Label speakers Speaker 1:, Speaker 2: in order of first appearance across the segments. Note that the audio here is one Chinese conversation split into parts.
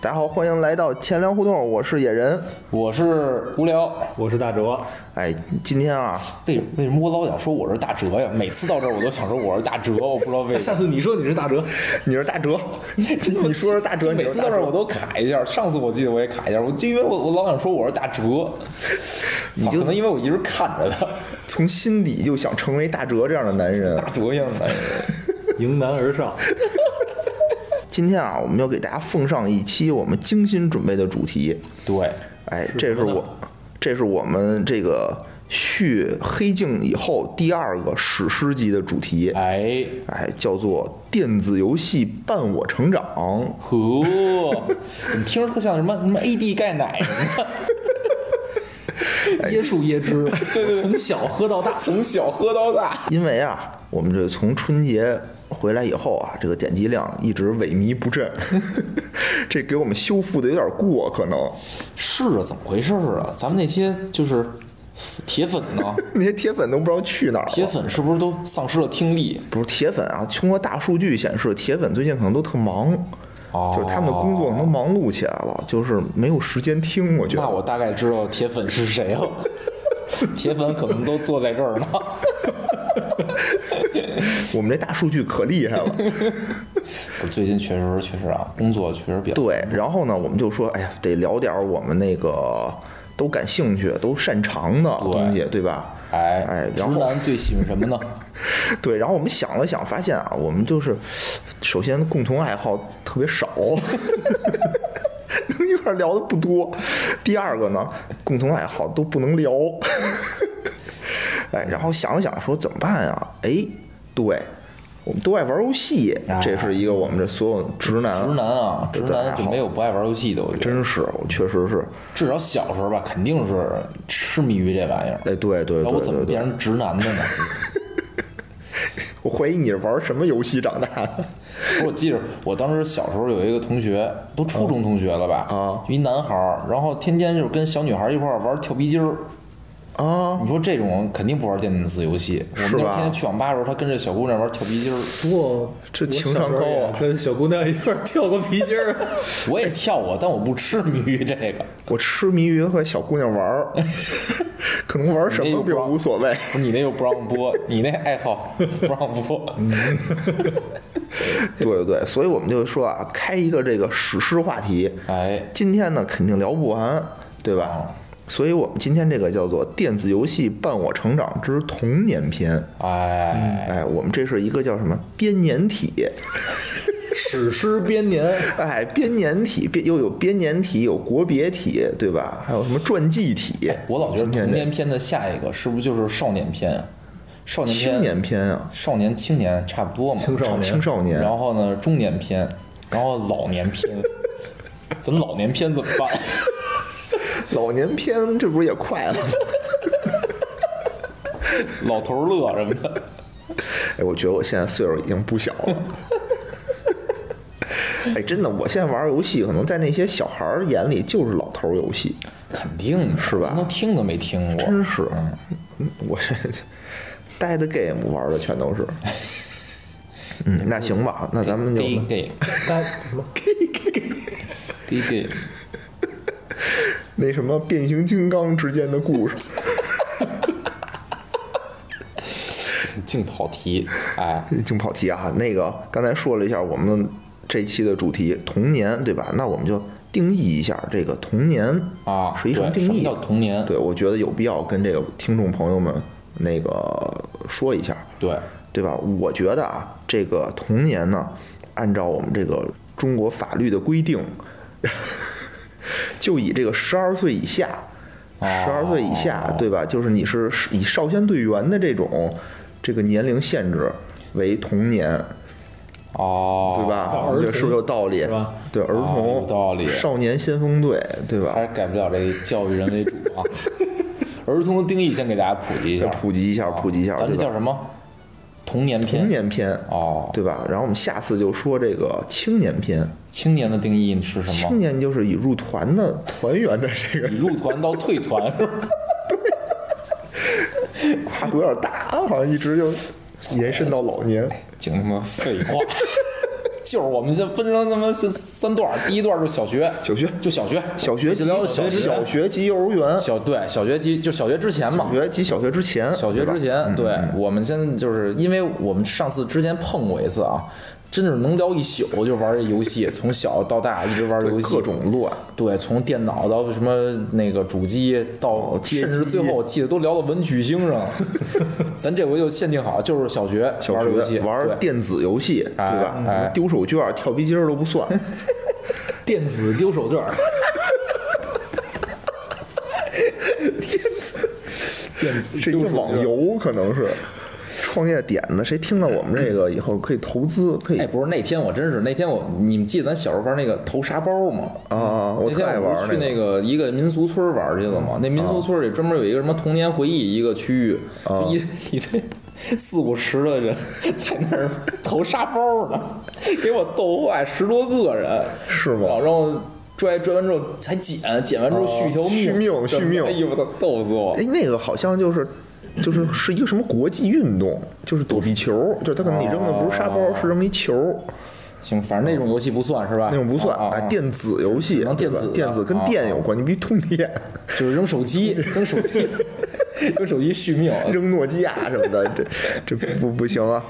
Speaker 1: 大家好，欢迎来到钱粮胡同，我是野人。
Speaker 2: 我是无聊，
Speaker 3: 我是大哲，
Speaker 1: 哎，今天啊，
Speaker 2: 为为什么我老想说我是大哲呀？每次到这儿我都想说我是大哲，我不知道为什
Speaker 3: 下次你说你是大哲，
Speaker 1: 你是大 哲，
Speaker 2: 么。
Speaker 1: 你说是大哲，
Speaker 2: 每次到这儿我都卡一下。上次我记得我也卡一下，我就因为我我老想说我是大哲，你可能因为我一直看着他，
Speaker 1: 从心底就想成为大哲这样的男人。啊
Speaker 2: 大哲样的男人。
Speaker 3: 迎难而上。
Speaker 1: 今天啊，我们要给大家奉上一期我们精心准备的主题。
Speaker 2: 对，
Speaker 1: 哎，这是我，这是我们这个续《黑镜》以后第二个史诗级的主题，
Speaker 2: 哎
Speaker 1: 哎，叫做“电子游戏伴我成长
Speaker 2: 呵，怎么听着特像什么什么 AD 钙奶什么的，
Speaker 3: 椰树椰汁，对对，从小喝到大。
Speaker 2: 从小喝到大。”。
Speaker 1: 因为啊，我们这从春节回来以后啊，这个点击量一直萎靡不振， 这给我们修复的有点过，可能
Speaker 2: 是啊，怎么回事儿啊？咱们那些就是铁粉呢，
Speaker 1: 那些铁粉都不知道去哪儿
Speaker 2: 铁
Speaker 1: 了。
Speaker 2: 粉是不是都丧失了听力？
Speaker 1: 不是铁粉啊，通过大数据显示，铁粉最近可能都特忙，
Speaker 2: 哦
Speaker 1: 就是他们的工作可能忙碌起来了，就是没有时间听。我觉得
Speaker 2: 那我大概知道铁粉是谁了。铁粉可能都坐在这儿呢。
Speaker 1: 我们这大数据可厉害了。
Speaker 2: 不是最近确实确实啊，工作确实比较
Speaker 1: 对，然后呢，我们就说，哎呀，得聊点儿我们那个都感兴趣、都擅长的东西，对吧？
Speaker 2: 哎
Speaker 1: 哎，
Speaker 2: 直
Speaker 1: 然后
Speaker 2: 男最喜欢什么呢？
Speaker 1: 对，然后我们想了想，发现啊，我们就是首先共同爱好特别少， 能一块儿聊的不多。第二个呢，共同爱好都不能聊。 哎，然后想了想，说怎么办呀？哎，对，我们都爱玩游戏，
Speaker 3: 啊
Speaker 1: 这是一个我们这所有直男。
Speaker 2: 直男啊，直
Speaker 1: 对
Speaker 2: 男就没有不爱玩游戏的，我觉得。
Speaker 1: 真是，我确实是，
Speaker 2: 至少小时候吧，肯定是痴迷于这玩意儿。
Speaker 1: 哎，对对
Speaker 3: 啊
Speaker 1: 对
Speaker 2: 那
Speaker 1: 对
Speaker 2: 我怎么
Speaker 1: 对
Speaker 2: 变成直男的呢？
Speaker 1: 我怀疑你是玩什么游戏长大的？
Speaker 2: 不是我记着，我当时小时候有一个同学，都初中同学了吧？
Speaker 1: 啊
Speaker 2: 一男孩儿，然后天天就是跟小女孩儿一块儿玩跳皮筋儿。
Speaker 1: 啊，
Speaker 2: 你说这种肯定不玩电子游戏。我们
Speaker 1: 是
Speaker 2: 那
Speaker 1: 吧
Speaker 2: 天天去网吧的时候，他跟这小姑娘玩跳皮筋儿，
Speaker 3: 不过
Speaker 1: 这
Speaker 3: 我
Speaker 1: 情商
Speaker 3: 小时候
Speaker 1: 高啊
Speaker 3: 也跟小姑娘一块儿跳过皮筋儿。啊
Speaker 2: 我也跳过，但我不痴迷于这个。
Speaker 1: 我痴迷于和小姑娘玩 儿，可能玩什么并无所谓。
Speaker 2: 不是你那又不让播，你那爱 好不让播。
Speaker 1: 对对对，所以我们就说啊，开一个这个史诗话题。
Speaker 2: 哎，
Speaker 1: 今天呢，肯定聊不完，对吧？所以我们今天这个叫做《电子游戏伴我成长之童年篇》。
Speaker 2: 哎，
Speaker 1: 哎，我们这是一个叫什么编年 体？
Speaker 3: 史诗编年，
Speaker 1: 哎，编年体编又有编年体，有国别体，对吧？还有什么传记体？
Speaker 2: 我老觉得
Speaker 1: 今天这
Speaker 2: 童年片的下一个是不是就是少年片啊？少年片、
Speaker 1: 青年篇啊，
Speaker 2: 少年、青年差不多嘛。
Speaker 3: 青少年
Speaker 1: 青少年，
Speaker 2: 然后呢，中年片，然后老 年片。咱老年片怎么办？
Speaker 1: 老年篇这不是也快了吗？
Speaker 2: 老头儿乐什么的。
Speaker 1: 哎，我觉得我现在岁数已经不小了。 哎，真的，我现在玩游戏，可能在那些小孩儿眼里就是老头儿游戏，
Speaker 2: 肯定的
Speaker 1: 是吧
Speaker 2: 都听都没听过。
Speaker 1: 真是。
Speaker 2: 啊
Speaker 1: 嗯我这 dead game 玩的全都是。嗯，那行吧，那咱们就
Speaker 2: gay gay
Speaker 3: 该什么？
Speaker 2: gay gay，
Speaker 1: 那什么变形金刚之间的故事。
Speaker 2: 净跑题。哎，
Speaker 1: 净跑题啊！那个刚才说了一下我们这期的主题童年，对吧？那我们就定义一下这个童年
Speaker 2: 啊，
Speaker 1: 是一什么
Speaker 2: 对
Speaker 1: 定
Speaker 2: 什么
Speaker 1: 义？
Speaker 2: 叫童年？
Speaker 1: 对，我觉得有必要跟这个听众朋友们那个说一下，
Speaker 2: 对，
Speaker 1: 对吧？我觉得啊，这个童年呢，按照我们这个中国法律的规定，就以这个十二岁以下，十二岁以
Speaker 2: 哦
Speaker 1: 下，对吧？就是你是以少先队员的这种这个年龄限制为童年。
Speaker 2: 哦，
Speaker 1: 对吧？
Speaker 3: 像儿
Speaker 1: 你
Speaker 3: 童
Speaker 1: 这是不是有道理？
Speaker 3: 是吧
Speaker 1: 对，儿
Speaker 2: 啊
Speaker 1: 童、
Speaker 2: 有道理哎
Speaker 1: 少年先锋队，对吧
Speaker 2: 还？是改不了这教育人为主 啊。儿童的定义先给大家普及一下，
Speaker 1: 普及一下，普及一下，
Speaker 2: 啊咱这
Speaker 1: 对
Speaker 2: 叫
Speaker 1: 吧？
Speaker 2: 什么？童年片。
Speaker 1: 童年篇，
Speaker 2: 哦，
Speaker 1: 对吧？然后我们下次就说这个青年篇，
Speaker 2: 青年的定义是什
Speaker 1: 青
Speaker 2: 么？
Speaker 1: 年就是以入团的团员的这 个
Speaker 2: 你入团到退团是吧？
Speaker 1: 跨度有点大，好像一直就延伸到老年。
Speaker 2: 讲什么废话？ 就是我们这分成他妈三三段儿，第一段儿就是小学，
Speaker 1: 小学
Speaker 2: 就小学，
Speaker 1: 小学
Speaker 2: 就
Speaker 1: 及
Speaker 2: 聊小
Speaker 1: 小
Speaker 2: 学
Speaker 1: 小学及幼儿园，
Speaker 2: 小对小学级就小学之前嘛
Speaker 1: 小，学及小学之前，
Speaker 2: 小学
Speaker 1: 对吧嗯
Speaker 2: 之前，对我们现在就是因为我们上次之前碰过一次啊，真是能聊一宿，就玩这游戏，从小到大一直玩游
Speaker 1: 对
Speaker 2: 戏，
Speaker 1: 各种乱，
Speaker 2: 对，从电脑到什么那个主机，到
Speaker 1: 哦街机
Speaker 2: 甚至最后我记得都聊到文曲 星上。咱这回就限定好，就是小学
Speaker 1: 小
Speaker 2: 玩游戏，
Speaker 1: 学玩
Speaker 2: 对
Speaker 1: 电子游戏，对
Speaker 2: 哎
Speaker 1: 吧？
Speaker 2: 哎
Speaker 1: 丢手绢、跳皮筋儿都不 算，
Speaker 3: 电子丢手绢儿，
Speaker 2: 电子
Speaker 1: 这一个网。游可能是创业点子。谁听到我们这个以后可以投资，可以
Speaker 2: 哎，
Speaker 1: 啊
Speaker 2: 不是那天我真是那天我你们记得咱小时候玩那个投沙包吗？
Speaker 1: 啊！我
Speaker 2: 那
Speaker 1: 特爱
Speaker 2: 天我
Speaker 1: 玩
Speaker 2: 不是
Speaker 1: 那
Speaker 2: 去
Speaker 1: 个啊
Speaker 2: 那个一个民俗村儿玩儿去了嘛？那民俗村儿里专门有一个什么童年回忆一个区域，就一一堆四五十的人在那儿投沙包呢，给我逗坏十多个人，啊
Speaker 1: 是吗啊
Speaker 2: 然后拽拽完之后还剪，剪完之后续一条
Speaker 1: 续命
Speaker 2: 真的
Speaker 1: 续命
Speaker 2: 哎呦我操，逗死我！
Speaker 1: 哎，那个好像就是就是是一个什么国际运动，就是躲避球，就是他可能你扔的不是沙包，是扔一球，
Speaker 2: 行，反正那种游戏不算是吧？
Speaker 1: 那种不算
Speaker 2: 啊，啊
Speaker 1: 哎，电子游戏，
Speaker 2: 只能电
Speaker 1: 对吧
Speaker 2: 子的
Speaker 1: 电子跟
Speaker 2: 啊
Speaker 1: 电有关，你必须通电，
Speaker 2: 就是扔手机，扔手机， 扔手机续命，
Speaker 1: 扔诺基亚什么的，这这不不行啊！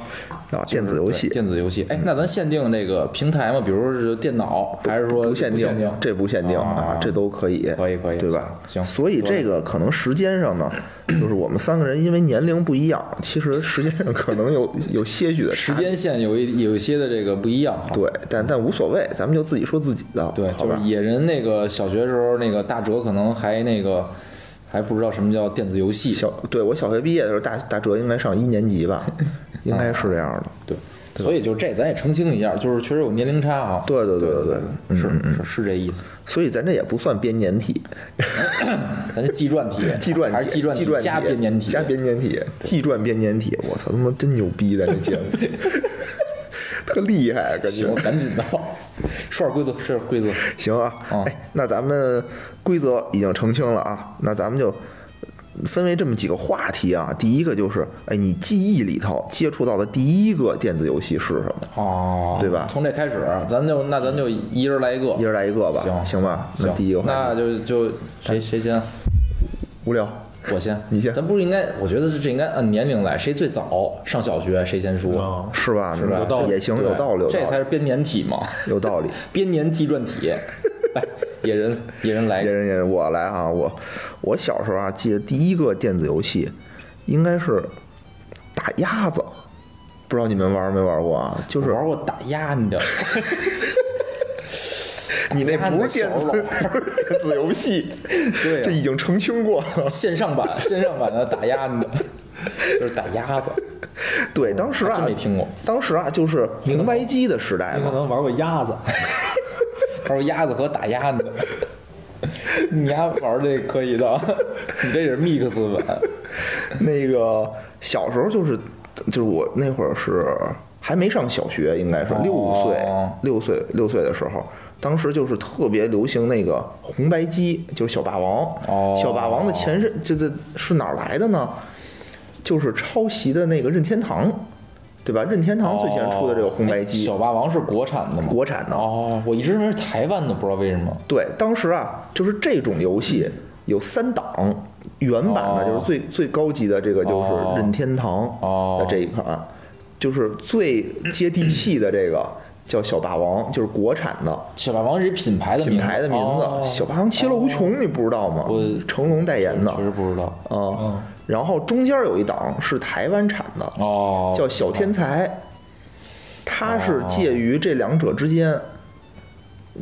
Speaker 1: 啊，电子游戏
Speaker 2: 对电子游戏。哎，那咱限定这个平台吗？比如说是电脑，还是说
Speaker 1: 不限
Speaker 2: 定？
Speaker 1: 这不限定
Speaker 2: 啊
Speaker 1: 啊，这都可以，
Speaker 2: 可以可以
Speaker 1: 对吧？
Speaker 2: 行
Speaker 1: 所以这个可能时间上呢，就是我们三个人因为年龄不一样，其实时间上可能有有些许的
Speaker 2: 时
Speaker 1: 差
Speaker 2: 间线有一有一些的这个不一样哈。
Speaker 1: 对，但但无所谓，咱们就自己说自己的，
Speaker 2: 对，
Speaker 1: 好
Speaker 2: 就
Speaker 1: 吧
Speaker 2: 是野人那个小学时候，那个大哲可能还那个还不知道什么叫电子游戏。
Speaker 1: 小对我小学毕业的时候，大大哲应该上一年级 吧，应该是这样的。
Speaker 2: 对，所以就这咱也澄清一下，就是确实有年龄差啊。
Speaker 1: 对对对对
Speaker 2: 对
Speaker 1: 对，
Speaker 2: 对，是是是这意思。
Speaker 1: 所以咱这也不算编年体，
Speaker 2: 咱是纪传体，
Speaker 1: 纪传
Speaker 2: 还是纪
Speaker 1: 体，
Speaker 2: 传
Speaker 1: 纪
Speaker 2: 体
Speaker 1: 传
Speaker 2: 加编年体，
Speaker 1: 加编年体，纪传编年体，我操他妈真牛逼，咱这节目 特厉害，啊感觉
Speaker 2: 行，赶紧的， 说点规则，说点规则。
Speaker 1: 行啊。
Speaker 2: 嗯
Speaker 1: 哎，那咱们规则已经澄清了啊，那咱们就。分为这么几个话题啊，第一个就是，哎，你记忆里头接触到的第一个电子游戏是什么？
Speaker 2: 哦，
Speaker 1: 对吧
Speaker 2: 从这开始，咱就那咱就一人来一个，
Speaker 1: 一人来一个吧，
Speaker 2: 行
Speaker 1: 吧？
Speaker 2: 行
Speaker 1: 那，第一个话题
Speaker 2: 那就 就谁谁先，
Speaker 1: 无聊，
Speaker 2: 我先，
Speaker 1: 你先
Speaker 2: 咱不是应该？我觉得这应该按年龄来，谁最早上小学谁先说，
Speaker 3: 啊，
Speaker 1: 是哦吧？是吧
Speaker 2: 有道理
Speaker 1: 也行，
Speaker 2: 对
Speaker 1: 有道理，有道
Speaker 2: 这
Speaker 1: 理
Speaker 2: 才是编年体嘛，
Speaker 1: 有道理。
Speaker 2: 编年纪传体。来，野人，野人来
Speaker 1: 别，人也我来啊，我我小时候啊，记得第一个电子游戏应该是打鸭子，不知道你们玩没玩过啊？ 就是
Speaker 2: 玩过打压你的，
Speaker 1: 你那哎不是电
Speaker 2: 打鸭子
Speaker 1: 子不是电子游戏，
Speaker 2: 对啊
Speaker 1: 这已经澄清过了。
Speaker 2: 线上版线上版的打压你的，就是打 鸭子，
Speaker 1: 对，当时啊
Speaker 2: 还真没听过，
Speaker 1: 当时啊就是红白机的时代
Speaker 3: 你可
Speaker 1: 嘛，
Speaker 3: 能玩过 鸭子，
Speaker 2: 他说鸭子和打鸭子，你丫玩这可以的，你这是 mix 版。
Speaker 1: 那个小时候就是就是我那会儿是还没上小学，应该是六岁
Speaker 2: 哦
Speaker 1: 六岁六岁的时候，当时就是特别流行那个红白机，就是小霸王。
Speaker 2: 哦
Speaker 1: 小霸王的前身这这是哪儿来的呢？就是抄袭的那个任天堂，对吧？任天堂最先出的这个红白
Speaker 2: 哎
Speaker 1: 机，
Speaker 2: 小霸王是国产的吗？
Speaker 1: 国产的。
Speaker 2: 哦，我一直认为是台湾的，不知道为什么。
Speaker 1: 对，当时啊，就是这种游戏有三档，原版
Speaker 2: 哦
Speaker 1: 的就是最、最高级的这个就是
Speaker 2: 哦
Speaker 1: 任天堂
Speaker 2: 哦
Speaker 1: 的这一款，就是最接地气的这个叫小霸王，就是国产的
Speaker 2: 小霸王是一品牌的名
Speaker 1: 品
Speaker 2: 字
Speaker 1: 牌的名字，
Speaker 2: 哦
Speaker 1: 小霸王其乐无穷，你不知道吗？
Speaker 2: 我
Speaker 1: 成龙代言的
Speaker 2: 确实不知道。
Speaker 1: 啊、然后中间有一档是台湾产的，
Speaker 2: 哦，
Speaker 1: 叫小天才，它是介于这两者之间。
Speaker 2: 嗯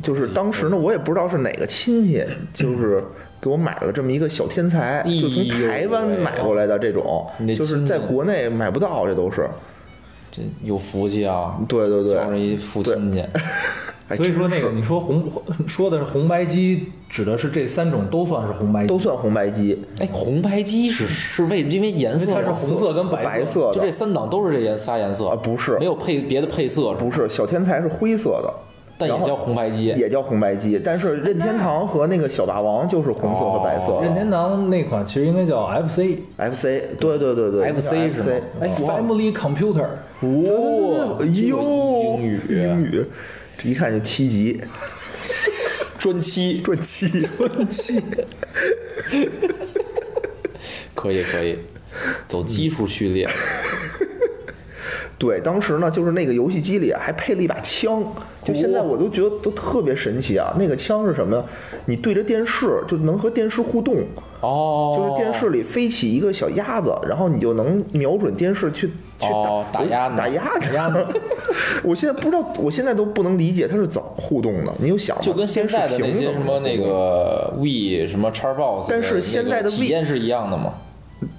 Speaker 1: 就是当时呢，我也不知道是哪个亲戚，就是给我买了这么一个小天才，
Speaker 2: 哎呦
Speaker 1: 就从台湾买过来的这种
Speaker 2: 你，这
Speaker 1: 就是
Speaker 2: 亲戚
Speaker 1: 在国内买不到，这都是。
Speaker 2: 这有福气啊，
Speaker 1: 对对对
Speaker 2: 交着一父亲去。
Speaker 1: 哎
Speaker 3: 所以说那个你说红说的是红白机，指的是这三种都算是红白机，
Speaker 1: 都算红白机，
Speaker 2: 哎，红白机是是为因为颜色
Speaker 3: 因为它是红色跟
Speaker 1: 白
Speaker 3: 色，
Speaker 1: 色
Speaker 2: 就这
Speaker 1: 的，啊
Speaker 2: 三档都是这颜仨颜色
Speaker 1: 不是
Speaker 2: 没有配别的配色，
Speaker 1: 不是小天才是灰色的，
Speaker 2: 但也
Speaker 1: 然后
Speaker 2: 叫红白机。
Speaker 1: 也叫红白机，但是任天堂和那个小霸王就是红色和白色
Speaker 2: 哦
Speaker 3: 任天堂那款其实应该叫 FC。
Speaker 1: ，FC，对对对对叫
Speaker 2: FC 是吗
Speaker 1: FC
Speaker 2: 哎我
Speaker 3: Family Computer，
Speaker 2: 哦，
Speaker 1: 哎呦，
Speaker 2: 英语
Speaker 1: 英语，这一看就七级，
Speaker 2: 专七，
Speaker 1: 赚七。
Speaker 2: 专七，可以可以，走基数序列，
Speaker 1: 对，当时呢，就是那个游戏机里啊还配了一把枪，就现在我都觉得都特别神奇啊。那个枪是什么呀？你对着电视就能和电视互动，
Speaker 2: 哦，
Speaker 1: 就是电视里飞起一个小鸭子，然后你就能瞄准电视去去
Speaker 2: 哦
Speaker 1: 打哎
Speaker 2: 打鸭子
Speaker 1: 打鸭子。
Speaker 3: 鸭子
Speaker 1: 我现在不知道，我现在都不能理解它是怎么互动的。你有想吗
Speaker 2: 就跟现在的那
Speaker 1: 电视
Speaker 2: 些
Speaker 1: 屏
Speaker 2: 什
Speaker 1: 怎
Speaker 2: 么那
Speaker 1: 互动
Speaker 2: 个 We 什么 Xbox，
Speaker 1: 但是现在的 Wii-
Speaker 2: 体验是一样的吗？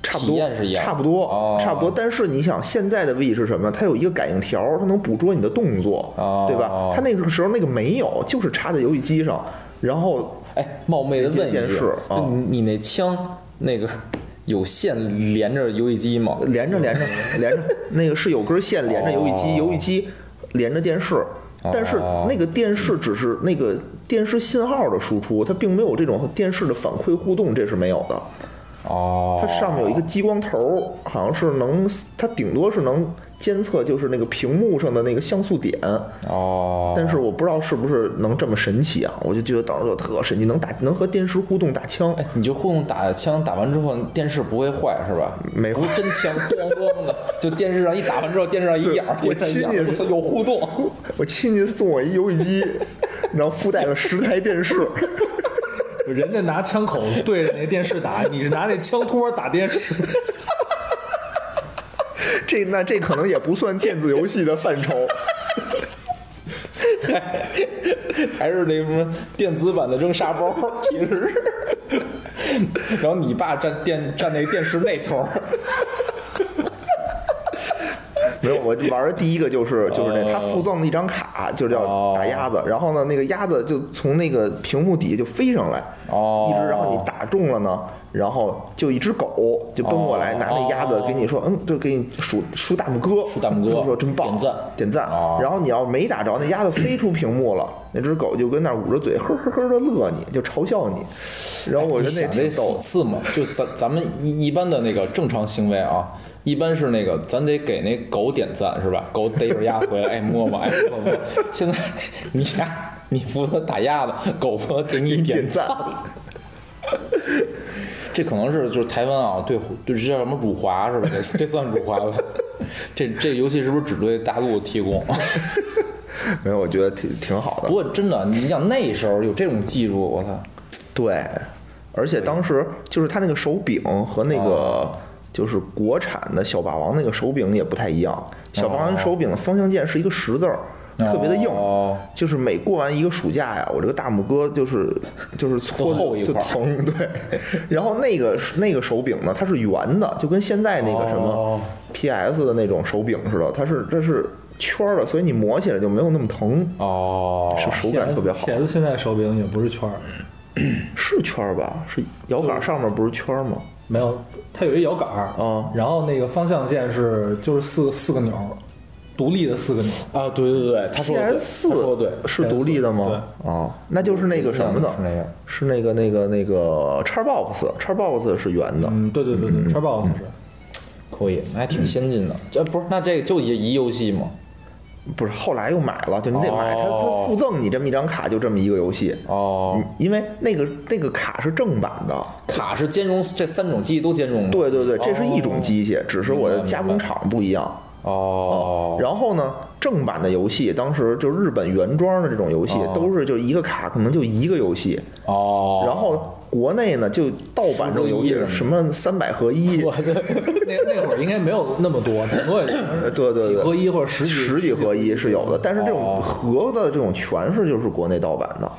Speaker 1: 差不
Speaker 2: 体
Speaker 1: 多
Speaker 2: 验是一样
Speaker 1: 差不多、
Speaker 2: 哦
Speaker 1: 差不多。但是你想，现在的 V 是什么？它有一个感应条，它能捕捉你的动作，
Speaker 2: 哦
Speaker 1: 对吧？它那个时候那个没有，就是插在游戏机上，然后
Speaker 2: 哎，冒昧的问一
Speaker 1: 电
Speaker 2: 句，
Speaker 1: 视啊
Speaker 2: 就你你那枪那个有线连着游戏机吗？
Speaker 1: 连着连着 连着，那个是有根线连着游戏机，
Speaker 2: 哦
Speaker 1: 游戏机连着电视。但是那个电视只是那个电视信号的输出，它并没有这种电视的反馈互动，这是没有的。
Speaker 2: 哦，
Speaker 1: 它上面有一个激光头，好像是能，它顶多是能监测就是那个屏幕上的那个像素点，
Speaker 2: 哦，
Speaker 1: 但是我不知道是不是能这么神奇啊！我就觉得当时我特神奇，能打能和电视互动打枪，
Speaker 2: 哎， 你就互动打枪，打完之后电视不会坏是吧？
Speaker 1: 没
Speaker 2: 不
Speaker 1: 坏
Speaker 2: 是真枪， 咣咣的，就电视上一打完之后，电视上一眼儿，
Speaker 1: 对我
Speaker 2: 电视上一
Speaker 1: 亲
Speaker 2: 眼
Speaker 1: 眼
Speaker 2: 儿 有互动。
Speaker 1: 我亲戚送我一游戏机， 然后附带了十台电视，
Speaker 3: 人家拿枪口对着那电视打，你是拿那枪托打电视。
Speaker 1: 这那这可能也不算电子游戏的范畴。
Speaker 2: 还是那什么电子版的扔沙包， 其实是。然后你爸站电站那电视那头儿，
Speaker 1: 没有，我玩的第一个就是就是那它附赠了一张卡，就叫打鸭
Speaker 2: 哦
Speaker 1: 子，然后呢那个鸭子就从那个屏幕底下就飞上来，
Speaker 2: 哦
Speaker 1: 一只然后你打中了呢，然后就一只狗就奔过来
Speaker 2: 哦
Speaker 1: 拿那鸭子给你说，嗯，就给你数数大拇 哥，
Speaker 2: 数大拇哥
Speaker 1: 就说真棒，
Speaker 2: 点赞
Speaker 1: 点赞
Speaker 2: 哦。
Speaker 1: 然后你要没打着，那鸭子飞出屏幕了，那只狗就跟那儿捂着嘴呵呵呵的乐你，就嘲笑你，然后我
Speaker 2: 你
Speaker 1: 觉得
Speaker 2: 想
Speaker 1: 那
Speaker 2: 这
Speaker 1: 挺逗
Speaker 2: 讽。刺嘛？就咱咱们一一般的那个正常行为啊，一般是那个咱得给那狗点赞是吧？狗逮着鸭回来，哎摸摸，哎摸摸。现在 你呀，你负责打鸭子，狗负责给你点
Speaker 1: 点赞
Speaker 2: 赞。这可能是就是台湾啊，对对，这叫什么辱华是吧？这这算辱华吧？这这游戏是不是只对大陆提供？
Speaker 1: 没有，我觉得挺挺好的
Speaker 2: 不。过真的，你想那时候有这种技术，我操！
Speaker 1: 对，而且当时就是它那个手柄和那
Speaker 2: 哦
Speaker 1: 个就是国产的小霸王那个手柄也不太一样，小霸王手柄的方向键是一个十字儿。特别的硬
Speaker 2: 哦，
Speaker 1: 就是每过完一个暑假呀，我这个大拇哥就是就是搓
Speaker 2: 都厚一
Speaker 1: 就
Speaker 2: 块儿
Speaker 1: 疼，对。然后那个那个手柄呢，它是圆的，就跟现在那个什
Speaker 2: 哦
Speaker 1: 么 PS 的那种手柄似的，它是这是圈儿的，所以你磨起来就没有那么疼，
Speaker 2: 哦，
Speaker 1: 是手感特别好。
Speaker 3: PS 现在手柄也不是圈儿，
Speaker 1: 是圈儿吧？是摇杆上面不是圈儿吗？
Speaker 3: 没有，它有一摇杆儿，
Speaker 1: 哦
Speaker 3: 然后那个方向键是就是四个四个钮儿，独立的四个钮儿。
Speaker 2: 啊，对对对，他说的对，
Speaker 1: PS
Speaker 2: 他说的对
Speaker 1: 四，是独立的吗？哦，那就是那个什么的
Speaker 2: 是那个，
Speaker 1: 是那个那个那个叉 box，叉 box 是圆的。
Speaker 3: 嗯，对对对对，Xbox 是。
Speaker 2: 可以，那还挺 先进的。这不是，那这个就一一游戏吗？
Speaker 1: 不是，后来又买了，就你得买它，
Speaker 2: 哦
Speaker 1: 它附赠你这么一张卡，就这么一个游戏。
Speaker 2: 哦嗯
Speaker 1: 嗯，，因为那个那个卡是正版的，
Speaker 2: 卡是兼容这三种机都兼容的。
Speaker 1: 对对对，这是一种机械，只是我的加工厂不一样。
Speaker 2: 哦，
Speaker 1: 然后呢，正版的游戏，当时就日本原装的这种游戏，都是就是一个卡可能就一个游戏，
Speaker 2: 哦，
Speaker 1: 然后国内呢就盗版这种游
Speaker 2: 十
Speaker 1: 戏
Speaker 2: 合一
Speaker 1: 什么三百合一，
Speaker 2: 我的
Speaker 3: 那那会儿应该没有那么多，顶多也
Speaker 1: 呃对
Speaker 3: 就
Speaker 1: 对
Speaker 3: 是
Speaker 1: 对，
Speaker 3: 几合一或者十几
Speaker 1: 十几合一是有的，但是这
Speaker 2: 哦
Speaker 1: 种盒的这种全是就是国内盗版的，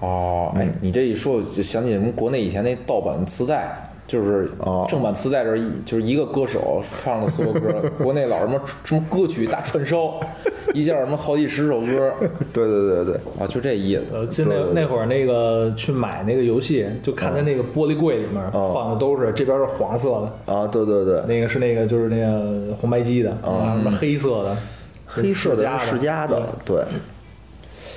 Speaker 2: 哦，哎，你这一说，我就想起什么国内以前那盗版磁带，就是
Speaker 1: 哦
Speaker 2: 正版磁带这儿一就是一个歌手唱的所 有歌，国内老什么什么歌曲大串烧，一下什么好几十首歌
Speaker 1: 对对对对，
Speaker 2: 啊，就这意思。
Speaker 3: 呃，就那
Speaker 1: 对对对
Speaker 3: 那会儿那个去买那个游戏，就看在那个玻璃柜里面
Speaker 1: 哦
Speaker 3: 放的都是这边是黄色的，
Speaker 1: 啊对对对，
Speaker 3: 那个是那个就是那个红白机的，啊什么黑色的，
Speaker 1: 哦嗯黑色
Speaker 3: 世
Speaker 1: 的
Speaker 3: 嘉
Speaker 1: 世嘉的，对，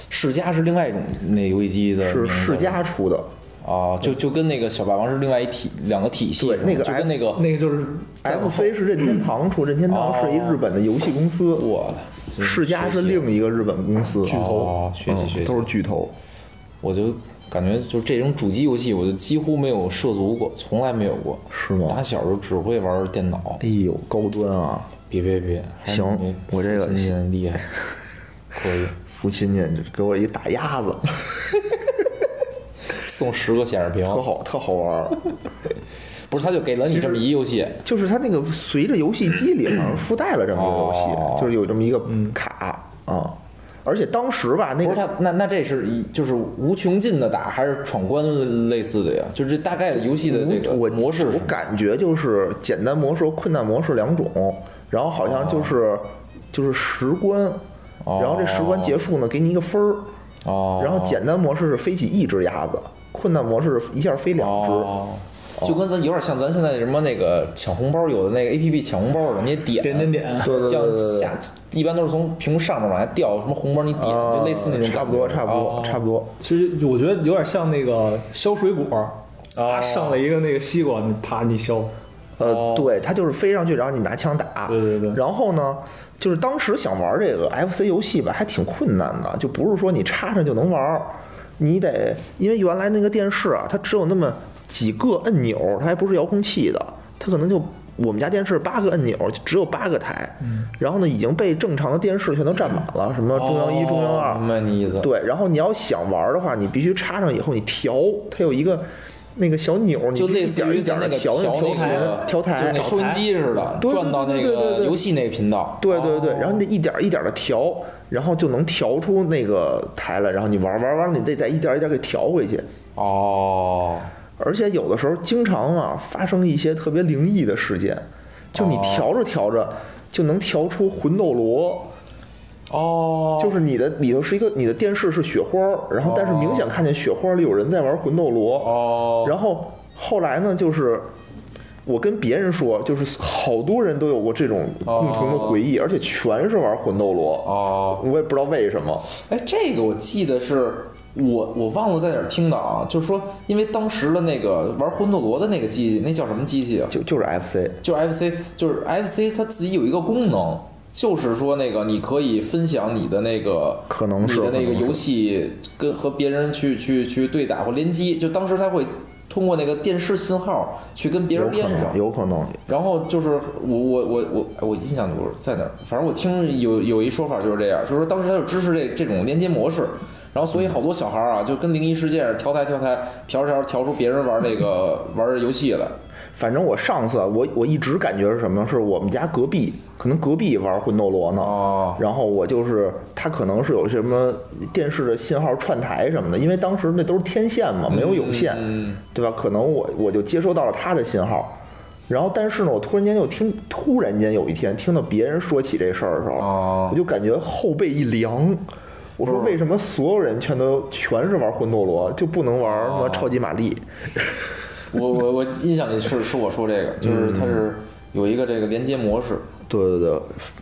Speaker 2: 世嘉是另外一种那游戏机的
Speaker 1: 是
Speaker 2: 名字
Speaker 1: 世嘉出的，
Speaker 2: 哦，就就跟那个小霸王是另外一体两个体系，
Speaker 1: 对
Speaker 2: 是吗
Speaker 1: 那个
Speaker 2: 就跟那个
Speaker 3: 那个就是在
Speaker 1: FC 是任天堂出，任天堂是一日本的游戏公司，
Speaker 2: 我的
Speaker 1: 世嘉是
Speaker 2: 另。
Speaker 1: 另一个日本公司，巨
Speaker 2: 哦学习学习
Speaker 1: 都是巨头。
Speaker 2: 我就感觉就这种主机游戏，我就几乎没有涉足过，从来没有过。
Speaker 1: 是吗
Speaker 2: 打小就只会玩电脑。
Speaker 1: 哎呦，高端啊！
Speaker 2: 别别别，还是
Speaker 1: 行
Speaker 2: 没
Speaker 1: 我这个
Speaker 2: 父 亲厉害，可以
Speaker 1: 父亲家给我一大鸭子，
Speaker 2: 送十个显示屏，
Speaker 1: 特好，特好玩儿。
Speaker 2: 不是他就给了你这么一游戏，
Speaker 1: 就是它那个随着游戏机里好像附带了这么一个游
Speaker 2: 嗯哦
Speaker 1: 戏，就是有这么一个卡啊。而且当时吧，那
Speaker 2: 不
Speaker 1: 个
Speaker 2: 是他那那这是一就是无穷尽的打还是闯关类似的呀？就是大概游戏的这个
Speaker 1: 我
Speaker 2: 模式是
Speaker 1: 我
Speaker 2: 什么
Speaker 1: 感觉就是简单模式和困难模式两种，然后好
Speaker 2: 哦
Speaker 1: 像就是就是十关，然后这十关结束呢，给你一个分儿，
Speaker 2: 哦，
Speaker 1: 然后简单模式是飞起一只鸭子，困难模式是一下飞两只，
Speaker 2: 哦。就跟咱有点像咱现在什么那个抢红包，有的那个 A P P 抢红包的，你也点
Speaker 3: 点点点
Speaker 1: 对对对
Speaker 2: 降
Speaker 1: 对对
Speaker 2: 下，一般都是从屏幕上面往下掉，什么红包你点，
Speaker 1: 啊
Speaker 2: 就类似那种感觉，哦
Speaker 1: 差不多差不多差不多。
Speaker 3: 其实就我觉得有点像那个削水果，
Speaker 1: 哦
Speaker 2: 啊，
Speaker 3: 啊，上来一个那个西瓜，你啪你削，
Speaker 1: 呃
Speaker 2: 哦，
Speaker 1: 对，它就是飞上去，然后你拿枪打。
Speaker 3: 对对对
Speaker 1: 然后呢，就是当时想玩这个 FC 游戏吧，还挺困难的，就不是说你插上就能玩儿，你得因为原来那个电视啊，它只有那么几个按钮，它还不是遥控器的，它可能就。我们家电视八个按钮，就只有八个台，
Speaker 3: 嗯
Speaker 1: 然后呢，已经被正常的电视全都占满了，什么中央一、中央二
Speaker 2: 哦，明白你意思？，
Speaker 1: 对。然后你要想玩的话，你必须插上以后你调，它有一个那个小钮，你
Speaker 2: 就
Speaker 1: 必须
Speaker 2: 类
Speaker 1: 一
Speaker 2: 似
Speaker 1: 点儿
Speaker 2: 于
Speaker 1: 一点
Speaker 2: 咱
Speaker 1: 儿
Speaker 2: 那个
Speaker 1: 地调
Speaker 2: 调
Speaker 1: 调
Speaker 2: 那个
Speaker 1: 调
Speaker 2: 就是
Speaker 1: 台
Speaker 2: 那，收音机似的，
Speaker 1: 对对对
Speaker 2: 转到那
Speaker 1: 对对
Speaker 2: 个
Speaker 1: 对
Speaker 2: 游戏那个频道，
Speaker 1: 对对对，然后你得一点儿一点的调，然后就能调出那个台来，然后你玩儿玩儿玩儿，你得再一点儿一点儿给调回去。
Speaker 2: 哦，
Speaker 1: 而且有的时候经常啊发生一些特别灵异的事件，就
Speaker 2: 哦
Speaker 1: 你调着调着就能调出魂斗罗，
Speaker 2: 哦，
Speaker 1: 就是你的里头是一个你的电视是雪花儿，然后但是明显看见雪花儿里有人在玩魂斗罗，
Speaker 2: 哦，
Speaker 1: 然后后来呢，就是我跟别人说，就是好多人都有过这种共同的回忆，而且全是玩魂斗罗。
Speaker 2: 哦，
Speaker 1: 我也不知道为什么。
Speaker 2: 哎，这个我记得是我我忘了在哪儿听的啊，就是说，因为当时的那个玩魂斗罗的那个机，那叫什么机器啊？
Speaker 1: 就就是 FC，
Speaker 2: 就是 FC，就是 FC，它自己有一个功能，就是说那个你可以分享你的那个
Speaker 1: 可能是
Speaker 2: 你的
Speaker 1: 可
Speaker 2: 那个
Speaker 1: 能是
Speaker 2: 游戏跟和别人去去去对打或联机，就当时它会通过那个电视信号去跟别
Speaker 1: 有
Speaker 2: 人
Speaker 1: 可
Speaker 2: 连上
Speaker 1: 能，。有可能。
Speaker 2: 然后就是我我我我哎我印象就是在哪儿，反正我听有有一说法就是这样，就是说当时他就支持这这种连接模式，然后所以好多小孩儿啊就跟灵异事件似的调台调台调着调着调出别人玩那个玩儿游戏来，
Speaker 1: 反正我上次啊我我一直感觉是什么？是我们家隔壁，可能隔壁玩魂斗罗呢。
Speaker 2: 哦
Speaker 1: 然后我就是他可能是有什么电视的信号串台什么的，因为当时那都是天线
Speaker 2: 嗯
Speaker 1: 嘛，没有有线，对吧？可能我我就接收到了他的信号。然后，但是呢，我突然间又听，突然间有一天听到别人说起这事儿的时候，
Speaker 2: 哦
Speaker 1: 我就感觉后背一凉。我说为什么所有人全都全是玩魂斗罗，就不能玩什么超级玛丽？
Speaker 2: 哦我我我印象里是是我说这个，就是它
Speaker 1: 嗯
Speaker 2: 是有一个这个连接模式，
Speaker 1: 对对对，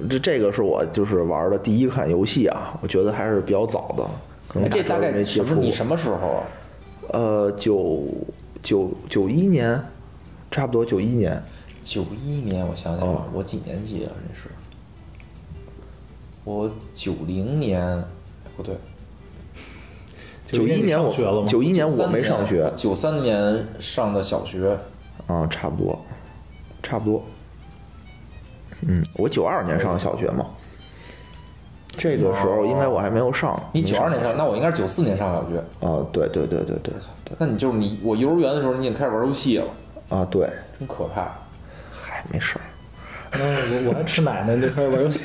Speaker 1: 这这个是我就是玩的第一款游戏啊，我觉得还是比较早的，可
Speaker 2: 哎
Speaker 1: 能
Speaker 2: 这
Speaker 1: 时候
Speaker 2: 大概
Speaker 1: 没接
Speaker 2: 什
Speaker 1: 触
Speaker 2: 么
Speaker 1: 过。
Speaker 2: 你什么时候啊？
Speaker 1: 呃，九九九一年，差不多九一年，
Speaker 2: 九一年，我想想
Speaker 1: 哦
Speaker 2: 啊，我几年级啊？这是我九零年，哎不对，
Speaker 1: 九一年
Speaker 3: 上学了
Speaker 1: 我
Speaker 3: 吗？
Speaker 1: 九一年我没上学
Speaker 2: 九三年上的小学，
Speaker 1: 啊、差不多，差不多。嗯，我九二年上的小学嘛，这个时候应该我还没有上。
Speaker 2: 你
Speaker 1: 没
Speaker 2: 九二年上，那我应该是九四年上小学。
Speaker 1: 啊？对对对对对
Speaker 2: 那你就是你，我幼儿园的时候你已经开始玩游戏了，
Speaker 1: 啊，对，
Speaker 2: 真可怕。
Speaker 1: 嗨，没事儿。
Speaker 3: 然后嗯我我还吃奶呢，就开始玩游戏。